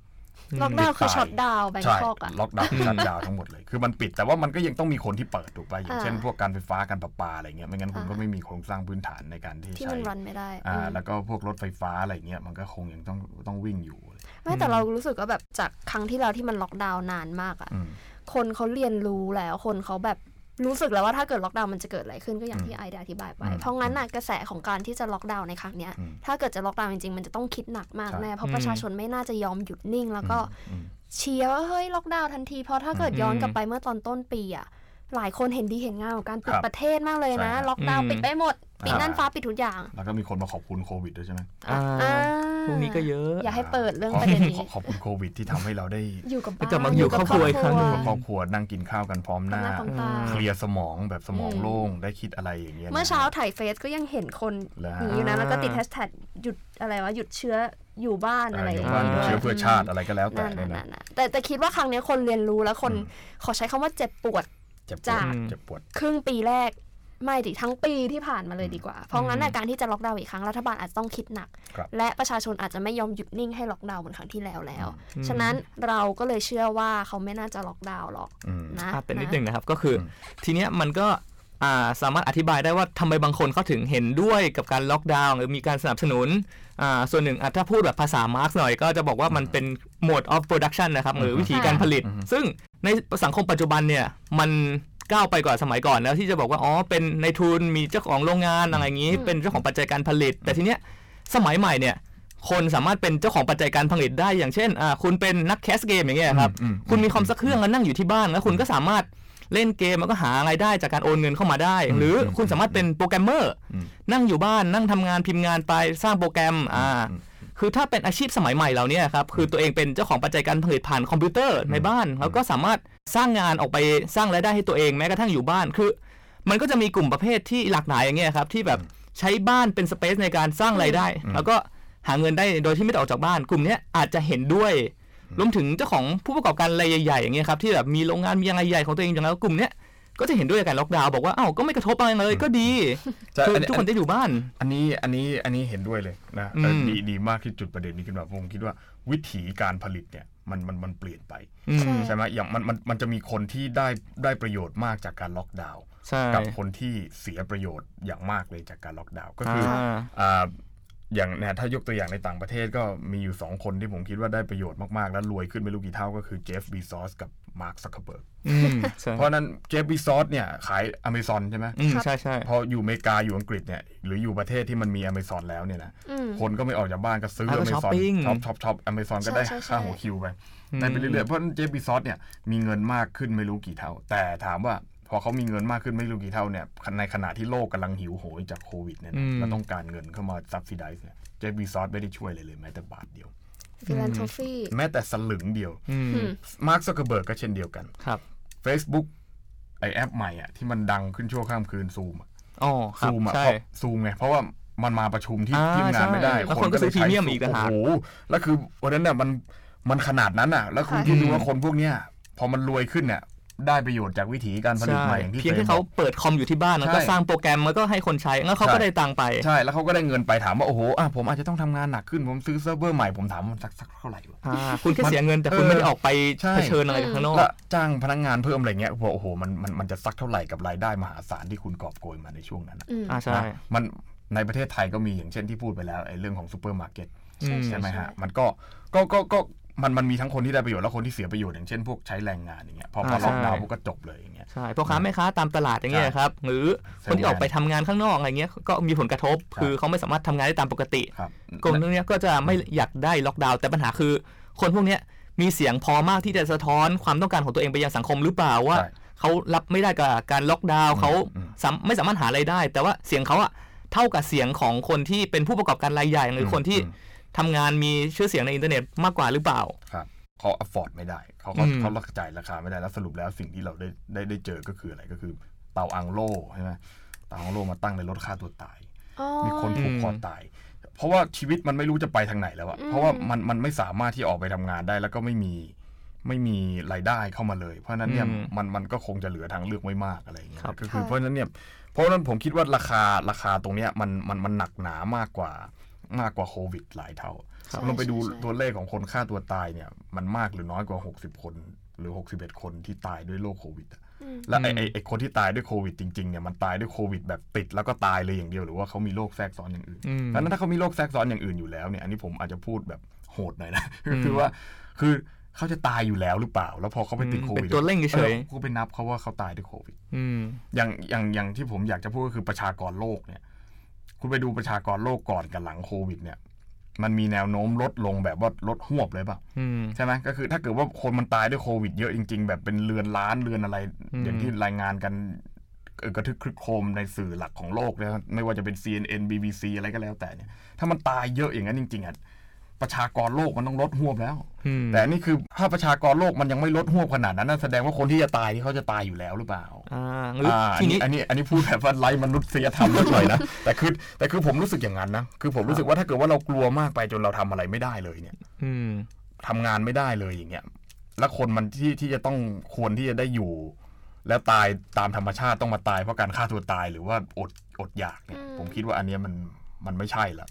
S2: ล็อกดาวน์คือช็อตดาวน์แบง
S1: ใช่
S2: คอกอะ
S1: ล็อกดาว
S2: <laughs>
S1: น์ชัดดาวน์ทั้งหมดเลย คือมันปิดแต่ว่ามันก็ยังต้องมีคนที่เปิดถูกป่ะอย่างเช่น
S2: อ่า
S1: พวกการไฟฟ้าการประปาอะไรเงี้ยไม่งั้นคุณ
S2: อ่า
S1: ก็ไม่มีโครงสร้างพื้นฐานในการที่
S2: ที่
S1: ใช้
S2: มันรันไม่ได้
S1: อ่า
S2: อืม
S1: แล้วก็พวกรถไฟฟ้าอะไรเงี้ยมันก็คงยังต้องต้องวิ่งอยู่
S2: ไม่แต่เรารู้สึกว่าแบบจากครั้งที่เราที่มันล็อกดาวน์นานมากอะ
S1: อืม
S2: คนเขาเรียนรู้แล้วคนเขาแบบ รู้สึกแล้วว่าถ้าเกิดล็อกดาวน์มันจะเกิดอะไรขึ้นก็อย่างที่ไอเดยอธิบายไป
S1: อืม
S2: เพราะงั้นน่ะกระแสของการที่จะล็อกดาวน์ในครั้งเนี้ย
S1: อืม
S2: ถ้าเกิดจะล็อกดาวน์จริงๆ มันจะต้องคิดหนักมาก
S1: ใช่
S2: แน่เพราะประชาชนไม่น่าจะยอมหยุดนิ่ง แล้วก็
S1: อืม
S2: เชียร์ว่าเฮ้ยล็อกดาวน์ทันที เพราะถ้าเกิดย้อนกลับไปเมื่อตอนต้นปีอ่ะหลายคนเห็นดีเห็นงามกับการปิ
S1: ค
S2: ด
S1: รับ
S2: ประเทศมากเลยนะ
S1: ใช่ครับ
S2: ล็อกดาวน์
S3: อืม
S2: ปิดไปหมดปิด
S1: อ่านั่
S2: น่านฟ้าปิดทุกอย่าง
S1: แล้วก็มีคนมาขอบคุณโควิดด้วยใช่ไหม
S3: อ่า
S2: อ่า
S3: พวกนี้ก็เยอะ
S2: อย่าให้เปิดเรื่องประเด็น
S1: <laughs>
S2: นี้
S1: ขอขอบคุณโควิดที่ทำให้เราได้
S2: อยู่กับบ้าน
S3: กลับมาอยู่ครอบครัวอีกครั้งหนึ่ง
S1: ครอบครัวนั่งกินข้าวกันพร้อมห
S2: กับ
S1: น้า
S2: หน้าของตา
S1: เคลียร์สมองแบบสมอง
S2: อืม
S1: โล่งได้คิดอะไรอย่างเงี้ยนะ
S2: เมื่อเช้าถ่ายเฟซก็ยังเห็นคน
S1: แล้ว
S2: หนีอยู่นะแล้วก็ติดแฮชแท็กหยุดอะไรวะหยุดเชื้ออยู่บ้านอะไร
S1: อ
S2: อย่ ย่าง
S1: บ้าน
S2: เงี้ยด้วย
S1: เชื้อเพื่อชาติอะไรก็แล้วแต่
S2: นั่น
S1: เนี่ย
S2: นั่
S1: นะ
S2: นๆๆแต่แต่คิดว่าครั้งเนี้ยคนเรียนรู้แล้วคน
S1: อืม
S2: ขอใช้คำว่าเจ็บปวด
S1: เจ็บปว
S2: จา
S1: ด
S2: ก
S1: เจ็บปวด
S2: ครึ่งปีแรก ไม่ดิทั้งปีที่ผ่านมาเลยดีกว่า เพราะงั้นน่ะการที่จะล็อกดาวน์อีกครั้งรัฐบาลอาจจะต้องคิดหนัก
S1: ครับ
S2: และประชาชนอาจจะไม่ยอมหยุดนิ่งให้ล็อกดาวน์เหมือนครั้งที่แล้วแล้ว
S3: อืม
S2: ฉะนั้นเราก็เลยเชื่อว่าเขาไม่น่าจะล็อกดาวน์หรอก
S1: อืม
S2: นะ
S3: อ่ะแต่นิด
S2: ะ
S3: หนึ่งนะครับก็คืออ
S1: ม
S3: ทีเนี้ยมันก็อ่าสามารถอธิบายได้ว่าทำไมบางคนเขาถึงเห็นด้วยกับการล็อกดาวน์หรือมีการสนับสนุนอ่าส่วนหนึ่งอ่ะถ้าพูดแบบภาษามาร์กหน่อยก็จะบอกว่ามันเป็น mode of production นะครับหรือวิธีการผลิต
S1: อืม
S3: ซึ่งในสังคมปัจจุบันเนี่ยมันก้าวไปกว่าสมัยก่อนแล้วที่จะบอกว่าอ๋อเป็นในทุนมีเจ้าของโรงงานอะไรอย่างนี้
S2: อืม
S3: เป็นเจ้าของปัจจัยการผลิต แต่ทีเนี้ยสมัยใหม่เนี่ยคนสามารถเป็นเจ้าของปัจจัยการผลิตได้อย่างเช่นอ่าคุณเป็นนักแคสเกมอย่างเงี้ยครับ
S1: อืม
S3: คุณมีคอมสักเครื่องแล้วนั่งอยู่ที่บ้านแล้วคุณก็สามารถเล่นเกมแล้วก็หารายได้จากการโอนเงินเข้ามาได้
S1: อืม
S3: หรืออ
S1: ม
S3: คุณสามารถเป็นโปรแกรมเมอร์
S1: อืม
S3: นั่งอยู่บ้านนั่งทำงานพิมพ์งานไปสร้างโปรแกรมอ่าคือถ้าเป็นอาชีพสมัยใหม่เราเนี่ยครับคือตัวเองเป็นเจ้าของปัจจัยการผลิตผ่านคอมพิวเตอร์ในบ้าน แล้วก็สามารถสร้างงานออกไปสร้างรายได้ให้ตัวเองแม้กระทั่งอยู่บ้านคือ มันก็จะมีกลุ่มประเภทที่หลากหลายอย่างเงี้ยครับที่แบบใช้บ้านเป็นสเปซในการสร้างรายได้ แล้วก็หาเงินได้โดยที่ไม่ต้องออกจากบ้าน กลุ่มเนี้ยอาจจะเห็นด้วย รวมถึงเจ้าของผู้ประกอบการรายใหญ่ๆอย่างเงี้ยครับที่แบบมีโรงงานมีอะไรใหญ่ของตัวเองอย่างแล้วกลุ่มเนี้ยก็จะเห็นด้วยกับการล็อกดาวน์บอกว่าอ้าวก็ไม่กระทบอะไรเลยก็ดี
S1: จะ
S3: คือ
S1: อันนี้
S3: ทุกคนได้อยู่บ้าน
S1: อันนี้อันนี้อันนี้เห็นด้วยเลยนะเอออ
S3: ม
S1: ดีดีมากที่จุดประเด็นนี้ขึ้นมาผมคิดว่าวิถีการผลิตเนี่ยมันมันมันเปลี่ยนไป
S3: อืม
S1: ใช่ไหมอย่างมันมันมันจะมีคนที่ได้ได้ประโยชน์มากจากการล็อกดาวน์
S3: ใช่
S1: กับคนที่เสียประโยชน์อย่างมากเลยจากการล็อกดาวน์ก็
S3: อ่
S1: คือา อ่าอย่างเนี่ยถ้ายกตัวอย่างในต่างประเทศก็มีอยู่ 2 คนที่ผมคิดว่าได้ประโยชน์มาก ๆ และรวยขึ้นไม่รู้กี่เท่าก็คือเจฟบีซอสกับมาร์คซักเคเบิร์ก
S3: อืมใช่
S1: เพราะฉะนั้นเจฟบีซอสเนี่ยขายอเมซอนใช่ไหม
S3: อืมใช่ใช่
S1: พออยู่อเมริกาอยู่อังกฤษเนี่ยหรืออยู่ประเทศที่มันมีอเมซอนแล้วเนี่ยนะ
S2: อืม
S1: คนก็ไม่ออกจากบ้านก็ซื้อ
S3: แล้
S1: อ
S3: วก็
S1: เม
S3: ช้อป
S1: ซอน
S3: ปิ้ง
S1: ช็อปช็อปช็อปอเมซอนก็ได้
S2: ใช่ใช่ใช่
S1: ค่าหัวคิวไป ได้ไปเรื่อยๆ เพราะเจฟบีซอสเนี่ยมีเงินมากขึ้นไม่รู้กี่เท่า แต่ถามว่าพอเขามีเงินมากขึ้นไม่รู้กี่เท่าเนี่ยในขณะที่โลกกำลังหิวโหยจากโควิดเนี่ย
S3: อื
S1: นะ
S3: ม
S1: แล้วต้องการเงินเข้ามาซับซิไดซ์เนี่ยเจฟบีซอสไม่ได้ช่วยเลยเลยแม้แต่บาทเดียว
S2: ฟิลันโทฟี่
S1: แม้แต่สลึงเดียว
S3: อืม
S1: มาร์คซักเคเบิร์กก็เช่นเดียวกัน
S3: ครับ
S1: Facebook ไอแอปใหม่อะที่มันดังขึ้นชั่วข้ามคืนซูม
S3: อ๋อครับ
S1: ซูมอะเพ
S3: ใช่
S1: ราะซูมไงเพราะว่ามันมาประชุมที่
S3: อ่า
S1: ที่งานไม่ได้
S3: ใช่แล้วคนก็ซื้อ
S1: เลยใช้
S3: premium
S1: Zoom
S3: อีกต่างหาก
S1: โอ้โหแล้วคือวันนั้นเนี่ยมันมันขนาดนั้นอ่ะ แล้วคุณ
S2: ค่ะ
S1: คิดดูว่าคนพวกเนี้ยพอมันรวยขึ้นเนี่ยได้ประโยชน์จากวิถีการผลิต
S3: ใช่
S1: ใหม่อย่างที่
S3: เพียงแค่
S1: ฟร
S3: เขา
S1: มบอก
S3: เปิดคอมอยู่ที่บ้านแล้วก็
S1: ใช่
S3: สร้างโปรแกรมแล้วก็ให้คนใช้แล้วเขาก็
S1: ใช่
S3: ได้ตังค์ไป
S1: ใช่แล้วเขาก็ได้เงินไปถามว่าโอ้โหอ่ะผมอาจจะต้องทำงานหนักขึ้นผมซื้อเซิร์ฟเวอร์ใหม่ผมถามว่ามันสักสักเท่าไหร่วะ
S3: อ่าคุณแค่เสียเงินแต่คุณ
S1: เออ
S3: ไม่ได้ออกไป
S1: ใช่
S3: เผชิญอะไรกับข้างนอก
S1: แล้วจ้างพนักงานเพิ่มอะไรเงี้ยบอกโอ้โหมันมันมันจะสักเท่าไหร่กับรายได้มหาศาลที่คุณกอบโกยมาในช่วงนั้นอะ
S2: อืม
S3: อ่าใช่
S1: นะมันในประเทศไทยก็มีอย่างเช่นที่พูดไปแล้วไอ้เรื่องของซูเปอร์มาร์เก็ต
S3: อืม
S1: ใช่ไหมฮะ
S2: ใช่
S1: มันก็ก็ก็ก็มันมันมีทั้งคนที่ได้ประโยชน์และคนที่เสียประโยชน์อย่างเช่นพวกใช้แรงงานอย่างเงี้ยพอพอ
S3: อ่า
S1: ล็อก
S3: ใช่
S1: ดาวน์พวกก็จบเลยอย่างเงี้ย
S3: ใช่พ่อค้าแม่ค้าตามตลาดอย่างเงี้ยครับ หรือ
S1: ใช่
S3: คนที่ออกไปทำงานข้างนอกอะไรเงี้ยก็มีผลกระทบ
S1: ครับ
S3: คือเขาไม่สามารถทำงานได้ตามปกติ
S1: ครับ
S3: กลุ่มพวกเนี้ยก็จะไม่อยากได้ล็อกดาวน์แต่ปัญหาคือ คนพวกเนี้ยมีเสียงพอมากที่จะสะท้อนความต้องการของตัวเองไปยังสังคมหรือเปล่าว่า
S1: ใช่
S3: เขารับไม่ได้กับการล็อกดาวน์
S1: อืม
S3: เขา
S1: อืม
S3: สามไม่สามารถหารายได้ แต่ว่าเสียงเขาอะเท่ากับเสียงของคนที่เป็นผู้ประกอบการรายใหญ่หรืออ
S1: ม
S3: คนที่
S1: อืม
S3: ทำงานมีชื่อเสียงในอินเทอร์เน็ตมากกว่าหรือเปล่า
S1: ครับเขา afford ไม่ได้เขาเขา
S3: อืม
S1: เขารักจ่ายราคาไม่ได้แล้วสรุปแล้วสิ่งที่เราได้ได้ได้เจอก็คืออะไรก็คือเตาอังโล่ใช่ไหมเตาอังโล่มาตั้งในรถฆ่าตัวตาย
S2: อ๋อ
S1: มีคนผูกคออ
S3: ม
S1: ตาย เพราะว่าชีวิตมันไม่รู้จะไปทางไหนแล้วอะ
S2: อืม
S1: เพราะว่ามันมันไม่สามารถที่ออกไปทำงานได้ แล้วก็ไม่มีไม่มีรายได้เข้ามาเลย เพราะฉะนั้นเนี่ย
S3: อืม
S1: มันมันก็คงจะเหลือทางเลือกไม่มากอะไรอย่างเงี้ย
S3: ครับ
S1: ก็คือเพราะฉะนั้นเนี่ยเพราะฉะนั้นผมคิดว่าราคาราคาตรงเนี้ยมันมันมันหนักหนามากกว่ามากกว่าโควิดหลายเท่า
S2: ใช่
S1: ลองไปดู
S2: ใช่ใช่
S1: ตัวเลขของคนฆ่าตัวตายเนี่ย มันมากหรือน้อยกว่า 60 คนหรือ 61 คนที่ตายด้วยโรคโควิดอะ
S2: อืม
S1: และไอ้
S3: อืม
S1: ไอ้ไอ้คนที่ตายด้วยโควิดจริงๆเนี่ยมันตายด้วยโควิดแบบติดแล้วก็ตายเลยอย่างเดียวหรือว่าเขามีโรคแทรกซ้อนอย่างอื่น
S3: อืม
S1: ดังนั้นถ้าเขามีโรคแทรกซ้อนอย่างอื่นอยู่แล้วเนี่ยอันนี้ผมอาจจะพูดแบบโหดหน่อยนะ <laughs>
S3: อืม
S1: คือว่าคือ เขาจะตายอยู่แล้วหรือเปล่า แล้วพอเขาไปติด
S3: อืม
S1: โควิด
S3: เป็นตัวเร่งเฉยๆ
S1: ออก็ไปนับเขาว่าเขาตายด้วยโควิด
S3: อืม
S1: อย่างอย่างอย่างที่ผมอยากจะพูดก็คือประชากรโลกเนี่ย คุณไปดูประชากรโลกก่อนกับหลังโควิด เนี่ย มันมีแนวโน้มลดลงแบบว่าลดหวบเลยเปล่ะ
S3: อืม
S1: ใช่ไหมก็คือถ้าเกิดว่าคนมันตายด้วยโควิดเยอะจริง ๆ แบบเป็นเรือนล้านเรือนอะไร
S3: อืม
S1: อย่างที่รายงานกันเออกระทึกครึกโครมในสื่อหลักของโลกนะไม่ว่าจะเป็น CNN BBC อะไรก็แล้วแต่เนี่ย ถ้ามันตายเยอะอย่างนั้นจริงๆอ่ะประชากรโลกมันต้องลดหวบแล้ว
S3: อืม
S1: แต่อันนี่คือถ้าประชากรโลกมันยังไม่ลดหวบขนาดนั้นนะแสดงว่าคนที่จะตายนี่เขาจะตายอยู่แล้วหรือเปล่า
S3: อ่าหรือ
S1: อ่า
S3: ที
S1: อัน
S3: นี้
S1: นี้อันนี้อันนี้พูดแบบว่าไร้มนุษยธรรมนิดหน่อยนะ แต่คือแต่คือผมรู้สึกอย่างนั้นนะ คือผมรู้สึกว่าถ้าเกิดว่าเรากลัวมากไปจนเราทำอะไรไม่ได้เลยเนี่ย
S3: อืม
S1: ทำงานไม่ได้เลยอย่างเงี้ย แล้วคนมันที่ที่จะต้องควรที่จะได้อยู่ แล้วตายตามธรรมชาติต้องมาตายเพราะการฆ่าตัวตายหรือว่าอดอดอยากเนี่ย
S2: อืม
S1: ผมคิดว่าอันเนี้ยมันมันไม่ใช่
S2: <laughs>
S1: ละ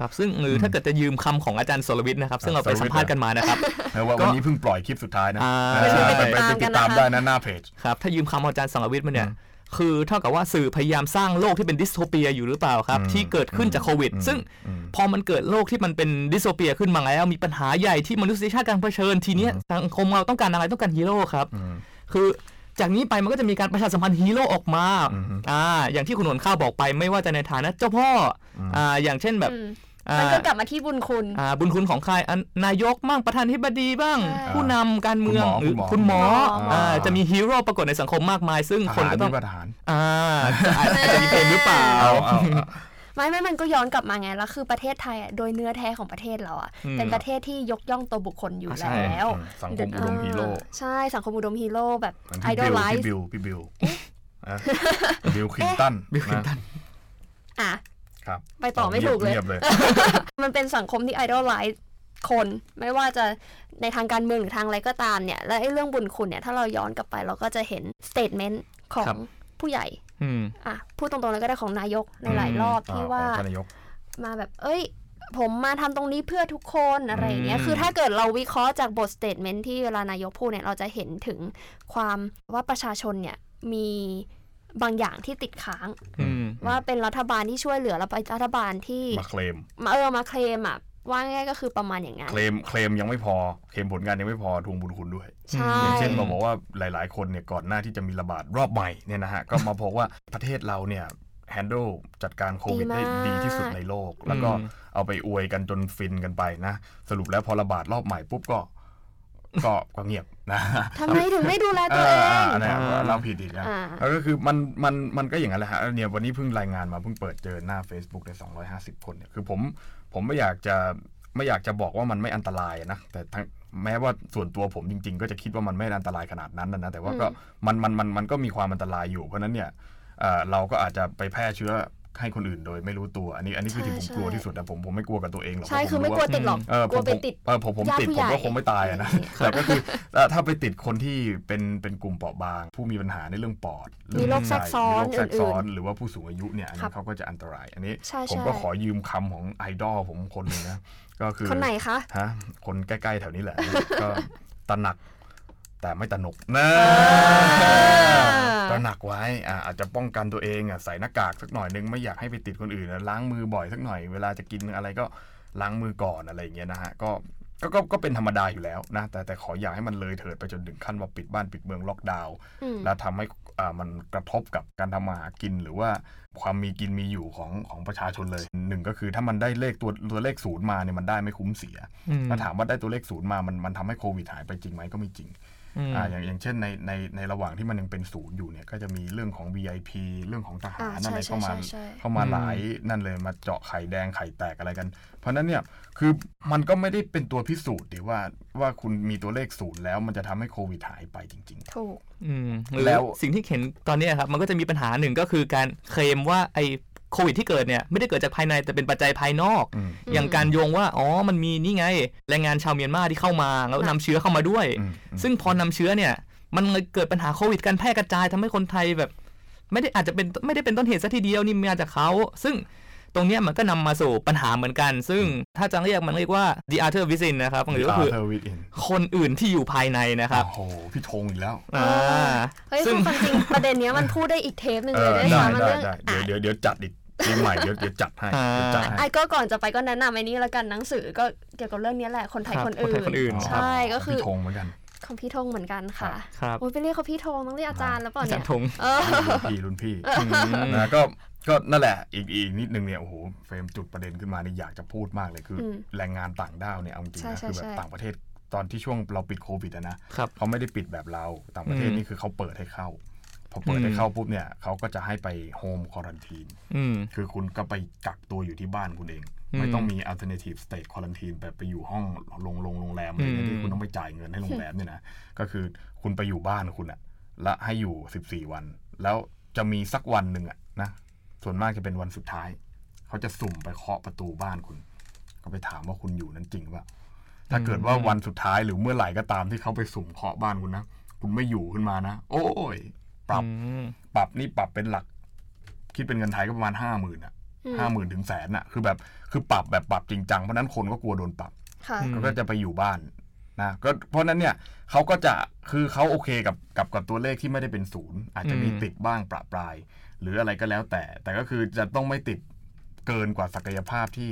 S3: ครับ ซึ่งหรืออถ้าเกิดจะยืมคำของอาจารย์สรวิทย์นะครับ ซึ่งเราไป
S1: อ่าสรวิทย์
S3: สัมภาษณ์กันมานะครับ
S1: เพราะว่า
S3: ก็
S1: วันนี้เพิ่งปล่อยคลิปสุดท้ายนะ
S3: อ่า
S1: เออไปไปไปติดตามได้นะหน้าเพจ
S3: ครับ ถ้ายืมคำของอาจารย์สรวิทย์มาเนี่ย คือเท่ากับว่าสื่อพยายามสร้างโลกที่เป็นดิสโทเปียอยู่หรือเปล่าครับ
S1: อืม
S3: ที่เกิดขึ้นจากโควิด
S1: อืม
S3: ซึ่ง
S1: อืม
S3: พอมันเกิดโลกที่มันเป็นดิสโทเปียขึ้นมาแล้ว มีปัญหาใหญ่ที่มนุษยชาติกำลังเผชิญทีเนี้ยสังคมเราต้องการอะไรต้องการฮีโร่ครับ
S1: อืม
S3: คือจากนี้ไปมันก็จะมีการประชาสัมพันธ์ฮีโร่ออกมา
S1: อือฮึ
S3: อ่า อย่างที่คุณหนนข้าวบอกไปไม่ว่าจะในฐานะเจ้าพ่อออ่า อย่างเช่นแบบ
S2: อืม
S3: อ่า
S2: มันก็กลับมาที่บุญคุณ
S3: อ่าบุญคุณของใครอันนายกบ้างประธานธิบดีบ้าง
S2: ใช่
S3: ผู้นำการเมืองหรื
S1: คุ
S3: คุณ
S1: ณ
S3: ห
S1: ห
S3: ม
S1: ม
S3: อ
S1: อ
S2: คุณหมออ่
S3: าจะมีฮีโร่ปรากฏในสังคมมากมาย ซึ่ง
S1: ท
S3: คน
S1: หาร
S3: ก็ต้อ
S1: นี่
S3: ง
S1: ประธาน
S3: อ่าอาจจะมีเป็นหรือเปล่า
S1: เอาเอาเอา
S2: ไม่ไม่มันก็ย้อนกลับมาไงแล้วคือประเทศไทยอะโดยเนื้อแท้ของประเทศเราอะ
S3: อืม
S2: เป็นประเทศที่ยกย่องตัวบุคคลอยู่
S3: อ่ะใช่
S2: แล้ว
S1: อืมสังคมอุดมฮีโร่
S2: เออใช่สังคมอุดมฮีโร่แบบ
S1: เหมือน
S2: ไอ
S1: พี่
S2: ดอ
S1: บิล
S2: ลไล
S1: พี่
S2: ฟ์
S1: บิลพี่บิลนะบิลคลินตัน
S3: บิลคลินตัน
S2: อ่ะ
S1: ครับ
S2: ไปต่อไม่ถูกเลย
S1: งีบเลย
S2: มันเป็นสังคมที่ไอดอลไลซ์คน ไม่ว่าจะในทางการเมืองหรือทางอะไรก็ตามเนี่ย และไอ้เรื่องบุญคุณเนี่ย ถ้าเราย้อนกลับไปเราก็จะเห็นสเตทเมนต์ขอ
S3: ครั
S2: ง
S3: บ
S2: ผู้ใหญ่
S3: อืม
S2: อ่ะพูดตรงๆแล้วก็ได้ของนายกในหลาย
S3: อืม
S2: รอบ
S1: อ่
S2: ที่ว่า
S1: ของท่นนายก
S2: มาแบบ เอ้ย ผมมาทำตรงนี้เพื่อทุกคนอะไรอย่างเงี้ย
S3: อืม
S2: คือถ้าเกิดเราวิเคราะห์จากบทสเตทเมนต์ที่เวลานายกพูดเนี่ย เราจะเห็นถึงความว่าประชาชนเนี่ยมีบางอย่างที่ติดค้าง
S3: อืม
S2: ว่าเป็นรัฐบาลที่ช่วยเหลือแล้วไปรัฐบาลที่
S1: มาเคลม
S2: มาเออมาเคลมอ่ะว่าง่ายๆก็คือประมาณอย่างนั้น
S1: เคลม เคลมยังไม่พอ เคลมผลงานยังไม่พอทวงบุญคุณด้วย
S2: ใช่
S1: อย่างเช่นมาบอกว่าหลาย ๆ คนเนี่ยก่อนหน้าที่จะมีระบาดรอบใหม่เนี่ยนะฮะ ก็มาบอกว่าประเทศเราเนี่ยแฮนดลจัดการโควิดได้ดีที่สุดในโลก แล้วก็
S3: อืม
S1: เอาไปอวยกันจนฟินกันไปนะ สรุปแล้วพอระบาดรอบใหม่ปุ๊บก็ก็ก็เงียบนะ
S2: ทำไมถึงไม่ดูแลตัวเอง
S1: นนี้
S3: อ่า
S1: เราผิดอีกนะ
S2: อ่า
S1: แล้วก็คือมันมันมันก็อย่างนั้นแหละฮะเนี่ยวันนี้เพิ่งรายงานมาเพิ่งเปิดเจอหน้า Facebook ได้250 คนเนี่ยคือผมผมไม่อยากจะไม่อยากจะบอกว่ามันไม่อันตรายนะแต่ทั้งแม้ว่าส่วนตัวผมจริง ๆ ก็จะคิดว่ามันไม่ได้อันตรายขนาดนั้นนะนะแต่ว่าก็มันมันมันมันก็มีความอันตรายอยู่เพราะฉะนั้นเนี่ยเอ่อเราก็อาจจะไปแพร่เชื้อให้คนอื่นโดยไม่รู้ตัว อันนี้อันนี้คือที่ผมกลัวที่สุดนะผมผมไม่กลัวกับตัวเองหรอก
S2: ใช่
S1: เพราะ
S2: คือไม่ก
S1: รู้า
S2: ลัวติดหรอก
S1: เออก
S2: ลัวไปติด
S1: เออผมผม
S2: ญาติ
S1: ติด
S2: ผู้
S1: ผมก็
S2: ใหญ่
S1: คงไม่ตายอะนะ
S2: อะไรอย่างเงี้ย
S1: แต่ก็คือ <laughs> เอ่อถ้าไปติดคนที่เป็นเป็นกลุ่มเปราะบาง ผู้มีปัญหาในเรื่องปอดเอง
S2: มีโรคแทรกซ้อน
S1: มีโรคแทรกซ้อน
S2: อื่นๆ
S1: หรือว่าผู้สูงอายุเนี่ยอัน
S2: ครั
S1: นี้
S2: บ
S1: เขาก็จะอันตราย อันนี้
S2: ใช่
S1: ผมก็
S2: ใช่
S1: ขอยืมคำของไอดอลผมคนหนึ่ง
S2: <laughs>
S1: นะ ก็คือ
S2: คนไหนคะ
S1: ฮะคนใกล้ๆแถวนี้แหละ ก็ตระหนัก แต่ไม่ตระหนกนะตระหนักไว้อ่าอาจจะป้องกันตัวเองอ่ะใส่หน้ากากสักหน่อยนึงไม่อยากให้ไปติดคนอื่นนะล้างมือบ่อยสักหน่อย เวลาจะกินอะไรก็ล้างมือก่อนอะไรอย่างเงี้ยนะฮะก็ก็ก็ก็เป็นธรรมดาอยู่แล้วนะแต่แต่ขออย่าให้มันเลยเถิดไปจนถึงขั้นว่าปิดบ้านปิดเมืองล็อกดาวน์
S2: อืม
S1: แล้วทำให้อ่ามันกระทบกับการทำมาหากินหรือว่าความมีกินมีอยู่ของของประชาชนเลยหนึ่งก็คือถ้ามันได้เลขตัวตัวเลขศูนย์มาเนี่ยมันได้ไม่คุ้มเสีย
S3: อืม
S1: ถ้าถามว่าได้ตัวเลขศูนย์มามันมันทำให้โควิดหายไปจริงไหมก็ไม่จริง
S3: อืม
S1: อ่าอย่างอย่างเช่นในในในระหว่างที่มันยังเป็นศูนย์อยู่เนี่ย ก็จะมีเรื่องของ VIP เรื่องของทหาร
S2: อ่าใช่
S1: อะไรเข้ามา
S2: ใช่ใช่
S1: เข้ามา
S3: อืม
S1: หลายนั่นเลยมาเจาะไข่แดงไข่แตกอะไรกัน เพราะฉะนั้นเนี่ยคือมันก็ไม่ได้เป็นตัวพิสูจน์ดีว่าว่าคุณมีตัวเลขศูนย์แล้วมันจะทำให้โควิดหายไปจริง
S2: ถูก
S3: อืมหรือ
S1: แล้ว
S3: สิ่งที่เห็นตอนเนี้ยครับ มันก็จะมีปัญหาหนึ่งก็คือการเคลมว่าไอ้โควิดที่เกิดเนี่ย ไม่ได้เกิดจากภายในแต่เป็นปัจจัยภายนอก
S1: ๆอืม
S3: อย่างการโยงว่า อ๋อ มันมีนี่ไง แรงงานชาวเมียนมาที่เข้ามา แล้วนำเชื้อเข้ามาด้วย
S1: อืมอืม
S3: ซึ่งพอนำเชื้อเนี่ย มันเลยเกิดปัญหาโควิดการแพร่กระจายทำให้คนไทยแบบ ไม่ได้อาจจะเป็นไม่ได้เป็นต้นเหตุซะทีเดียวนี่มาจากเขา ซึ่งตรงเนี้ยมันก็นำมาสู่ปัญหาเหมือนกัน ซึ่งถ้าจะเรียกมันเรียกว่า the other vision นะครับหรือก็คือ
S1: เทอร์วิทอิน
S3: คนอื่นที่อยู่ภายในนะครับ
S1: โอ้โหพี่ธงอีกแล้ว
S3: อ่า
S2: เฮ้ย
S3: ซึ่
S2: คื
S3: ง
S2: อความจริงประเด็นเนี้ยมันพูดได้อีกเทปหนึ่ง
S1: เอ
S2: เลย
S1: อได้
S2: ด้วยซ้ำมัน
S1: ได้
S2: เรื่อง
S1: ได้เดี๋ยว
S2: อ่ะ
S1: เดี๋ยวเดี๋ยวจัดอีก ปีใหม่เดี๋ยวเดี๋ยวจัดให้
S3: อ่า
S1: เดี๋ยวจัดให้
S2: ไอ้ก็ก่อนจะไปก็แนะนำไอ้นี้แล้วกันหนังสือก็เกี่ยวกับเรื่องนี้แหละคนไทย
S3: ครับ
S2: คนอื่
S3: คน นไทยคนอื่น
S2: ใช่ก็คือ
S1: พี่ธงเหมือนกัน
S2: ของพี่ธงเหมือนกันค่ะ
S3: ครับ
S2: โอ้ยไปเรียกเขาพี่ธงต้องเรียกอาจารย์แล้วเปล่า
S3: อาจา
S2: เนี่
S3: ร
S2: ย
S3: ย์ธง
S2: เออ
S1: รุ่นพี่รุ่นพี่นะก็ก็นั่นแหละอีกอีกนิดนึงเนี่ยโอ้โหเฟรมจุดประเด็นขึ้นมาเนี่ยอยากจะพูดมากเลยคืออ
S2: ม
S1: แรงงานต่างด้าวเนี่ยเอาจริง
S2: ใช่
S1: นะ
S2: ใช่
S1: คือแบ
S2: ใช่
S1: บต่างประเทศตอนที่ช่วงเราปิดโควิดอะนะครับ เขาไม่ได้ปิดแบบเราต่างประเทศ
S3: อืม
S1: นี่คือเขาเปิดให้เข้า พอเปิดให้
S3: อืม
S1: เข้าปุ๊บเนี่ยเขาก็จะให้ไปโฮมควอรันทีน
S3: อืม
S1: คือคุณก็ไปกักตัวอยู่ที่บ้านคุณเอง
S3: อืม
S1: ไม่ต้องมี alternative state quarantine แบบไปอยู่ห้องโรงโรงโรงแรมอะไร
S3: อื
S1: เงี้ย
S3: ม
S1: ที่คุณต้องไปจ่ายเงินให้โรงแรมเนี่ยนะ ก็คือคุณไปอยู่บ้านคุณอะและให้อยู่ 14 วัน แล้วจะมีสักวันหนึ่งอะนะ ส่วนมากจะเป็นวันสุดท้าย เขาจะสุ่มไปเคาะประตูบ้านคุณ ก็ไปถามว่าคุณอยู่นั้นจริงเปล่าถ้าเกิดว่าวันสุดท้ายหรือเมื่อไหร่ก็ตามที่เขาไปสุ่มเคาะบ้านคุณนะ คุณไม่อยู่ขึ้นมานะ โอ้ย ปรับ
S3: อืม
S1: ปรับนี่ปรับเป็นหลัก คิดเป็นเงินไทยก็ประมาณห้าหมื่นอะ
S2: อืม
S1: ห้าหมื่นถึงแสนอะคือแบบคือปรับแบบปรับจริงจังเพราะฉะนั้นคนก็กลัวโดนปรับ
S2: ค่ะ
S3: อืม
S1: ก็จะไปอยู่บ้านนะก็เพราะฉะนั้นเนี่ยเขาก็จะคือเขาโอเคกับกับกับตัวเลขที่ไม่ได้เป็นศูนย์อาจจะมี
S3: อืม
S1: ติดบ้างประปราย หรืออะไรก็แล้วแต่ แต่ก็คือจะต้องไม่ติดเกินกว่าศักยภาพที่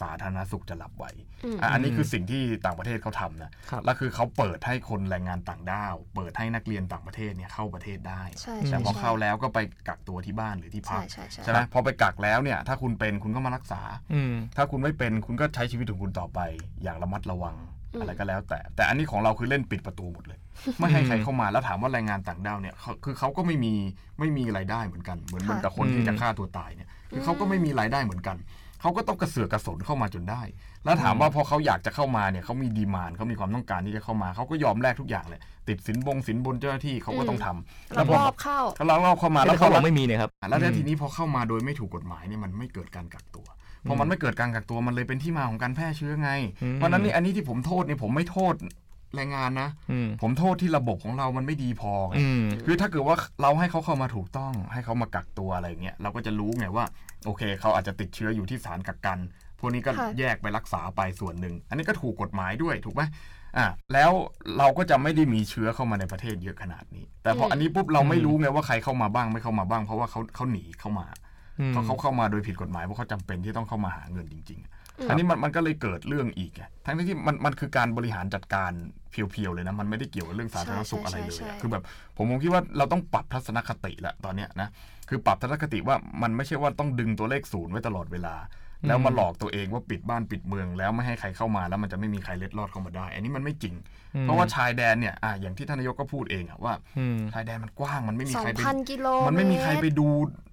S1: สาธารณสุขจะรับไหว
S2: อืม
S1: อ่ะอันนี้คือสิ่งที่ต่างประเทศเขาทำนะครับ แล้วคือเขาเปิดให้คนแรงงานต่างด้าว เปิดให้นักเรียนต่างประเทศเนี่ยเข้าประเทศได้
S2: ใช่
S3: อืม
S2: ใช่
S1: แต่พอ
S2: ใช่
S1: เข้าแล้วก็ไปกักตัวที่บ้านหรือที่พั
S2: ใช่
S1: ก
S2: ใช่ใช่
S1: ใช่ไหมพอไปกักแล้วเนี่ย ถ้าคุณเป็นคุณก็มารักษา
S3: อืม
S1: ถ้าคุณไม่เป็นคุณก็ใช้ชีวิตของคุณต่อไป อย่างระมัดระวัง
S2: อืม
S1: อะไรก็แล้ว แต่ แต่อันนี้ของเราคือเล่นปิดประตูหมดเลย ไม่ให้ใครเข้ามาแล้วถามว่าแรงงานต่างด้าวเนี่ยเขาคือเขาก็ไม่มีไม่มีรายได้เหมือนกันเหมือนเหมือนกับคนที่
S3: อืม
S1: จะฆ่าตัวตายเนี่ยคือเขาก็ไม่มีรายได้เหมือนกันเขาก็ต้องกระเสือกกระสนเข้ามาจนได้ แล้วถามว่าพอเขาอยากจะเข้ามาเนี่ยเขามีดีมานเขามีความต้องการที่จะเข้ามาเขาก็ยอมแลกทุกอย่างเลยติดสินบงสินบนเจ้าหน้าที่เขาก็ต้องทำ
S2: รั
S1: แล้ว
S2: บ
S1: พอ
S2: รอบเข้า
S1: เขาเราเข้ามา
S3: แต่
S1: แล้ว
S3: เขา
S1: เขา
S3: บอกไม่มีเนี่ยครับ
S1: อ่ะแล้วเนี่ย
S3: อืม
S1: ทีนี้พอเข้ามาโดยไม่ถูกกฎหมายเนี่ยมันไม่เกิดการกักตัว พอมันไม่เกิดการกักตัวมันเลยเป็นที่มาของการแพร่เชื้อไง
S3: อืม
S1: เพราะฉะนั้นนี่อันนี้ที่ผมโทษเนี่ยผมไม่โทษแรงงานนะ
S3: อืม
S1: ผมโทษที่ระบบของเรามันไม่ดีพอไง
S3: อืม
S1: คือถ้าเกิดว่าเราให้เขาเข้ามาถูกต้อง ให้เขามากักตัวอะไรเงี้ยเราก็จะรู้ไงว่า โอเค เขาอาจจะติดเชื้ออยู่ที่สถารกักกัน พวกนี้ก็
S2: ค่ะ
S1: แยกไปรักษาไปส่วนหนึ่ง อันนี้ก็ถูกกฎหมายด้วยถูกไหมอ่ะแล้วเราก็จะไม่ได้มีเชื้อเข้ามาในประเทศเยอะขนาดนี้ แต่พออันนี้ปุ๊บเราไม่รู้ไงว่าใครเข้ามาบ้างไม่เข้ามาบ้าง เพราะว่าเขาเขาหนีเข้ามา
S3: อืม
S1: เขาเขาเข้ามาโดยผิดกฎหมายเพราะเขาจำเป็นที่ต้องเข้ามาหาเงินจริงๆอะ
S2: อืม
S1: อันนี้มันมันก็เลยเกิดเรื่องอีกไงทั้งที่มันมันคือการบริหารจัดการเพียวๆเลยนะ มันไม่ได้เกี่ยวกับเรื่องสาธารณสุขอะไรเลย
S2: ใช่ใช่
S1: อะ
S2: ใช่
S1: คือแบบผมผมคิดว่าเราต้องปรับทัศนคติละตอนเนี้ยนะ คือปรับทัศนคติว่ามันไม่ใช่ว่าต้องดึงตัวเลขศูนย์ไว้ตลอดเวลา แล้วมาหลอกตัวเองว่าปิดบ้านปิดเมือง แล้วไม่ให้ใครเข้ามาแล้วมันจะไม่มีใครเล็ดลอดเข้ามาได้ อันนี้มันไม่จริง
S3: อืม
S1: เพราะว่าชายแดนเนี่ยอ่ะอย่างที่ท่านนายกก็พูดเองอะว่า
S3: อืม
S1: ชายแดนมันกว้างมันไม่มี
S2: สอ
S1: ใค
S2: ง
S1: รไป
S2: พันกิโล
S1: มันไม่มีใครไป
S2: เต
S1: ดู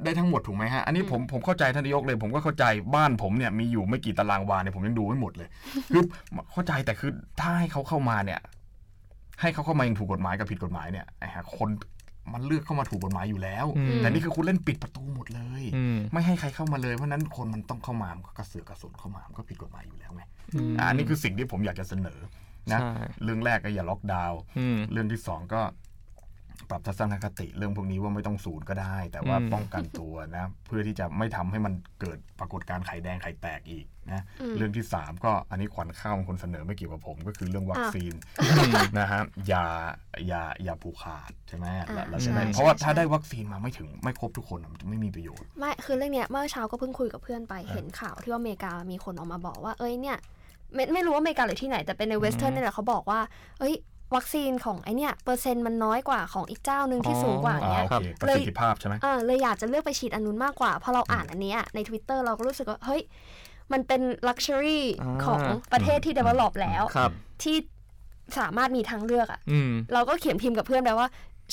S1: ได้ทั้งหมดถูกไหมฮะ อันนี้ผมผมเข้าใจท่านนายกเลย ผมก็เข้าใจบ้านผมเนี่ยมีอยู่ไม่กี่ตารางวาเนี่ยผมยังดูไม่หมดเลย คือเข้าใจแต่คือถ้าให้เขาเข้ามาเนี่ย ให้เขาเข้ามาอย่างถูกกฎหมายกับผิดกฎหมายเนี่ยไอ้หาคนมันเลือกเข้ามาถูกกฎหมายอยู่แล้ว
S3: อืม
S1: แต่นี่คือคุณเล่นปิดประตูหมดเลย
S3: อืม
S1: ไม่ให้ใครเข้ามาเลยเพราะฉะนั้นคนมันต้องเข้ามามันก็กระเสือกกระสนเข้ามามันก็ผิดกฎหมายอยู่แล้วไง
S3: อืม
S1: อ่ะอันนี้คือสิ่งที่ผมอยากจะเสนอนะ
S3: ใช่
S1: เรื่องแรกก็อย่าล็อกดาวน์
S3: อืม
S1: เรื่องที่สองก็ปรับทัศนคติเรื่องพวกนี้ว่าไม่ต้องศูนย์ก็ได้ แต่ว่า
S3: อืม
S1: ป้องกันตัวนะ <laughs> เพื่อที่จะไม่ทำให้มันเกิดปรากฏการณ์ไข่แดงไข่แตกอีกนะ
S2: อืม
S1: เรื่องที่สามก็อันนี้ขวัญข้าวเป็นคนเสนอไม่เกี่ยวกับผม ก็คือเรื่องวัคซีนนะฮะอย่าอย่าอย่าผูกขาดใช่ไหมแล้วเราจะได้
S2: ใช่
S1: เพราะว่า
S2: ใช่
S1: ถ้าได้วัคซีนมาไม่ถึงไม่ครบทุกคนอะมันจะไม่มีประโยชน์
S2: ไม่คือเรื่องเนี้ยเมื่อเช้าก็เพิ่งคุยกับเพื่อนไปเห็นข่าวที่ว่าอเมริกามีคนออกมาบอกว่าเอ้ยเนี่ยไม่ไม่รู้ว่าอเมริกาหรือที่ไหนแต่เป็นในเวสเทิร์นนี่แหละเขาบอกว่า เอ้ย วัคซีนของไอเนี่ยเปอร์เซ็นต์มันน้อยกว่าของอีกเจ้าหนึ่งที่สูงกว่าอย่าง
S1: อ่า
S2: เนี้ย
S1: โอเค
S2: ค
S1: ป
S2: รับ
S1: ระสิทธิภาพใช่ไหม
S2: อ่าเลยอยากจะเลือกไปฉีดอันนู้นมากกว่า เพราะเราอ่านอันเนี้ยใน Twitter เราก็รู้สึกว่า เฮ้ย มันเป็นลักชัวรี่
S3: อ่า
S2: ของประเทศที่ develop แล้ว
S3: ครับ
S2: ที่สามารถมีทางเลือกอะ
S3: อืม
S2: เราก็เขียนพิมพ์กับเพื่อนไปว่า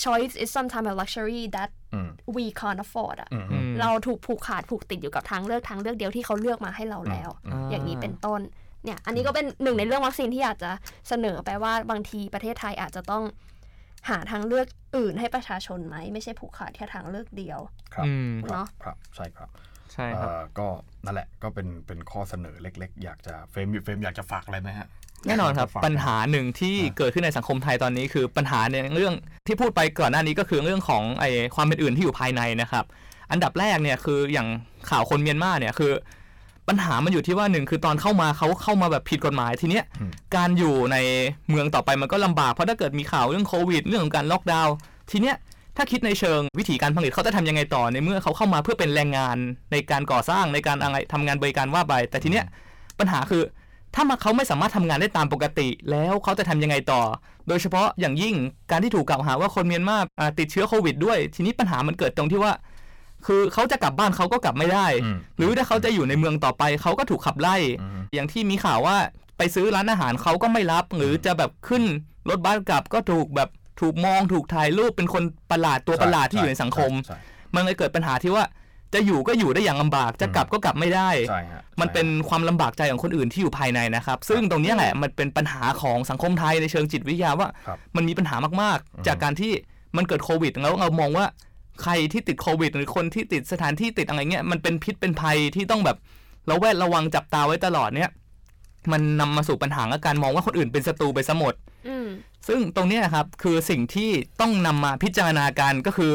S2: choice is sometimes a luxury that
S1: อืม
S2: we can't afford อะ
S1: อืม
S3: อืม
S2: เราถูกผูกขาดผูกติดอยู่กับทางเลือกทางเลือกเดียวที่เขาเลือกมาให้เราแล้ว อย่างนี้เป็นต้นเนี่ยอันนี้ก็เป็นหนึ่งในเรื่องวัคซีนที่อยากจะเสนอไปว่าบางทีประเทศไทยอาจจะต้องหาทางเลือกอื่นให้ประชาชนไหมไม่ใช่ผูกขาดแค่ทางเลือกเดียว
S1: ครับ
S3: อืม
S1: ครั
S2: เนาะ
S1: บครับใช่ครับ
S3: ใช่ครับ
S1: เอ่อก็นั่นแหละก็เป็นเป็นข้อเสนอเล็ก ๆ อยากจะเฟรมเฟรมอยากจะฝากอะไรไหมฮะ
S3: แน่นอนครับ
S1: ฝก
S3: ปัญหาหนึ่งที่เกิดขึ้นในสังคมไทยตอนนี้คือปัญหาในเรื่องที่พูดไปก่อนหน้านี้ก็คือเรื่องของไอ้ความเป็นอื่นที่อยู่ภายในนะครับ อันดับแรกเนี่ยคืออย่างข่าวคนเมียนมาเนี่ยคือ ปัญหามันอยู่ที่ว่าหนึ่งคือตอนเข้ามาเขาเข้ามาแบบผิดกฎหมายทีเนี้ย
S1: อืม
S3: การอยู่ในเมืองต่อไปมันก็ลำบากเพราะถ้าเกิดมีข่าวเรื่องโควิด เรื่องของการล็อกดาวน์ทีเนี้ย ถ้าคิดในเชิงวิธีการผลิตเขาจะทำยังไงต่อในเมื่อเขาเข้ามาเพื่อเป็นแรงงานในการก่อสร้างในการอะไรทำงานบริการว่าไปแต่ทีเนี้ยปัญหาคือ ถ้ามาเขาไม่สามารถทำงานได้ตามปกติ แล้วเขาจะทำยังไงต่อ โดยเฉพาะอย่างยิ่งการที่ถูกกล่าวหาว่าคนเมียนมาอ่าติดเชื้อโควิดด้วย ทีนี้ปัญหามันเกิดตรงที่ว่า คือเขาจะกลับบ้านเขาก็กลับไม่ได้
S4: อืม
S3: หรือถ้าเขาจะอยู่ในเมืองต่อไปเขาก็ถูกขับไล่
S4: อืม
S3: อย่างที่มีข่าวว่าไปซื้อร้านอาหารเขาก็ไม่รับ หรือจะแบบขึ้นรถบัสกลับก็ถูกแบบถูกมองถูกถ่ายรูปเป็นคนประหลาดตัวประหลาดที่อยู่ในสังคม
S4: ใช่
S3: มันเลยเกิดปัญหาที่ว่าจะอยู่ก็อยู่ได้อย่างลำบาก จะกลับก็กลับไม่ได้
S4: ใช่ใช่ฮะ
S3: มันเป็นความลำบากใจของคนอื่นที่อยู่ภายในนะครับ ซึ่งตรงเนี้ยแหละมันเป็นปัญหาของสังคมไทยในเชิงจิตวิทยาว่า
S4: ครับ
S3: มันมีปัญหามากๆ จากการที่มันเกิดโควิดแล้วเรามองว่าใครที่ติดโควิด หรือคนที่ติดสถานที่ติดอะไรเงี้ยมันเป็นพิษเป็นภัยที่ต้องแบบเราแวดระวังจับตาไว้ตลอดเนี่ย มันนำมาสู่ปัญหาและการมองว่าคนอื่นเป็นศัตรูไปซะหมด
S2: อืม
S3: ซึ่งตรงเนี้ยครับคือสิ่งที่ต้องนำมาพิจารณากันก็คือ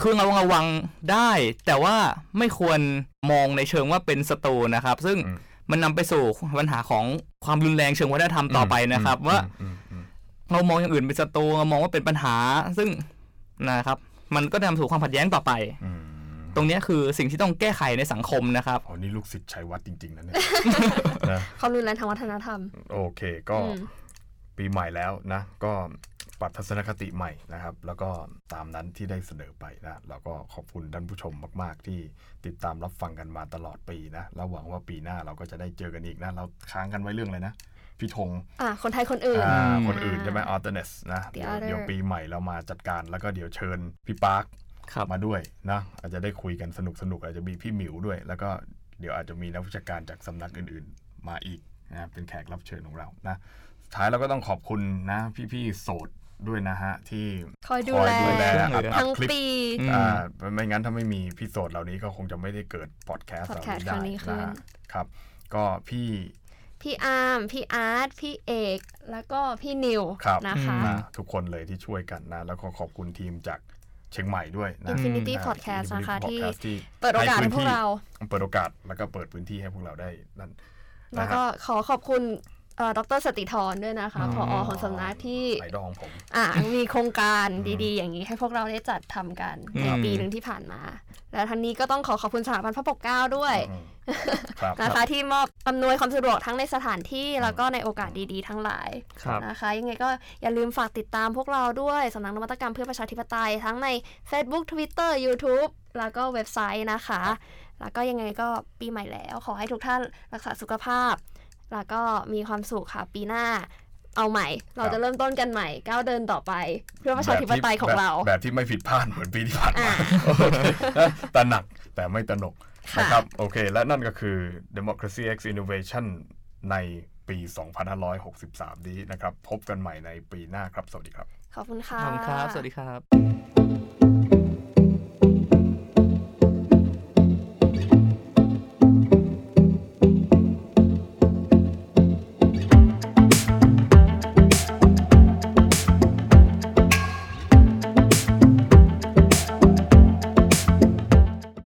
S3: คือเราระวังได้ แต่ว่าไม่ควรมองในเชิงว่าเป็นศัตรูนะครับ ซึ่ง
S4: อืม
S3: มันนำไปสู่ปัญหาของความรุนแรงเชิงวัฒนธรรมต่อไปนะครับ ว่า
S4: อืมอืม
S3: เรามองอย่างอื่นเป็นศัตรูเรามองว่าเป็นปัญหา ซึ่งนะครับ มันก็นำสู่ความขัดแย้งต่อไป
S4: อืม
S3: ตรงเนี้ยคือสิ่งที่ต้องแก้ไขในสังคมนะครับ
S1: อ๋อนี่ลูกศิษย์ชัยวัดจริง ๆนะเนี่ย
S4: นะ
S2: ความรุนแรงทางวัฒนธรรม
S1: โอเคก็
S2: อืม
S1: ปีใหม่แล้วนะ ก็ปรับทัศนคติใหม่นะครับ แล้วก็ตามนั้นที่ได้เสนอไปนะเราก็ขอบคุณท่านผู้ชมมาก ๆ ที่ติดตามรับฟังกันมาตลอดปีนะแล้วหวังว่าปีหน้าเราก็จะได้เจอกันอีกนะ เราค้างกันไว้เรื่องอะไรนะ พี่ธง
S2: อ่ะคนไทยคนอื่น
S1: อ่า
S3: อืม
S1: คนอื่นใช่ไหมออเทเนสนะ
S2: The
S1: เดี๋ยว
S2: other
S1: เดี๋ยวปีใหม่เรามาจัดการแล้วก็เดี๋ยวเชิญพี่ปาร์ค
S3: ครับ
S1: มาด้วยนะอาจจะได้คุยกันสนุกสนุกๆอาจจะมีพี่หมิวด้วย แล้วก็เดี๋ยวอาจจะมีนักวิชาการจากสำนักอื่นๆ มาอีกนะเป็นแขกรับเชิญของเรานะสุดท้ายเราก็ต้องขอบคุณนะพี่ๆโสดด้วยนะฮะ ที่
S2: คอยดู
S1: คอ
S2: แล
S1: ยดูแลอัพอั
S2: ทั้
S1: พ
S2: ง
S1: คลิป
S2: ปี
S3: อืม
S1: อ่าไม่งั้นถ้าไม่มีพี่โสดเหล่านี้ก็คงจะไม่ได้เกิดพอดแคสต์เหล่านี้
S2: podcast
S1: ได้
S2: ครั้งนี้ขึ้น
S1: นะฮะครับ ก็พี่
S2: พี่อาร์ม พี่อาร์ต พี่เอก แล้วก็พี่นิว
S1: ครับ
S2: นะคะ
S3: อื
S1: นะ
S3: ม
S1: ทุกคนเลยที่ช่วยกันนะ แล้วก็ขอบคุณทีมจากเชียงใหม่ด้วยนะ
S2: Infinity
S1: อ่า
S2: Podcast นะคะ
S1: Infinity
S2: ที่
S1: Podcast ที่
S2: เปิดโอกาสให้พวกเรา
S1: เปิดโอกาสแล้วก็เปิดพื้นที่ให้พวกเราได้นั่น
S2: แล้วก็ขอขอบคุณเอ่อดรสติธรด้วยนะคะ ผอของสำนักที่
S1: ไอดองผม
S2: อ่ะมีโครงการดีๆ อย่างนี้ให้พวกเราได้จัดทำกันใน
S3: อืม
S2: ปีหนึ่งที่ผ่านมา และทั้งนี้ก็ต้องขอขอบคุณสถาบันพระปกเกล้าด้วย
S1: อืมครับ
S2: นะคะ ที่มอบอำนวยความสะดวกทั้งในสถานที่แล้วก็ในโอกาสดีๆ ทั้งหลาย
S3: ครับ
S2: นะคะยังไงก็อย่าลืมฝากติดตามพวกเราด้วยสำนักนวัตกรรมเพื่อประชาธิปไตย ทั้งใน Facebook Twitter YouTube แล้วก็เว็บไซต์นะคะ แล้วก็ยังไงก็ปีใหม่แล้ว ขอให้ทุกท่านรักษาสุขภาพ แล้วก็มีความสุขค่ะปีหน้า เอาใหม่ เราจะเริ่มต้นกันใหม่ก้าวเดินต่อไป เพื่อประชาธิปไตยของเรา
S1: แบบแบบที่ไม่ผิดพลาดเหมือนปีที่ผ่าน
S2: อ่า
S1: มาตระหนักแต่ไม่ตระหนก
S2: ค่ะ
S1: นะครับ โอเค และนั่นก็คือ Democracy X Innovation ในปี 2563 นี้นะครับ พบกันใหม่ในปีหน้าครับ สวัสดีครับ
S2: ขอบคุณค่ะ
S3: ขอบคุณครับ สวัสดีครับ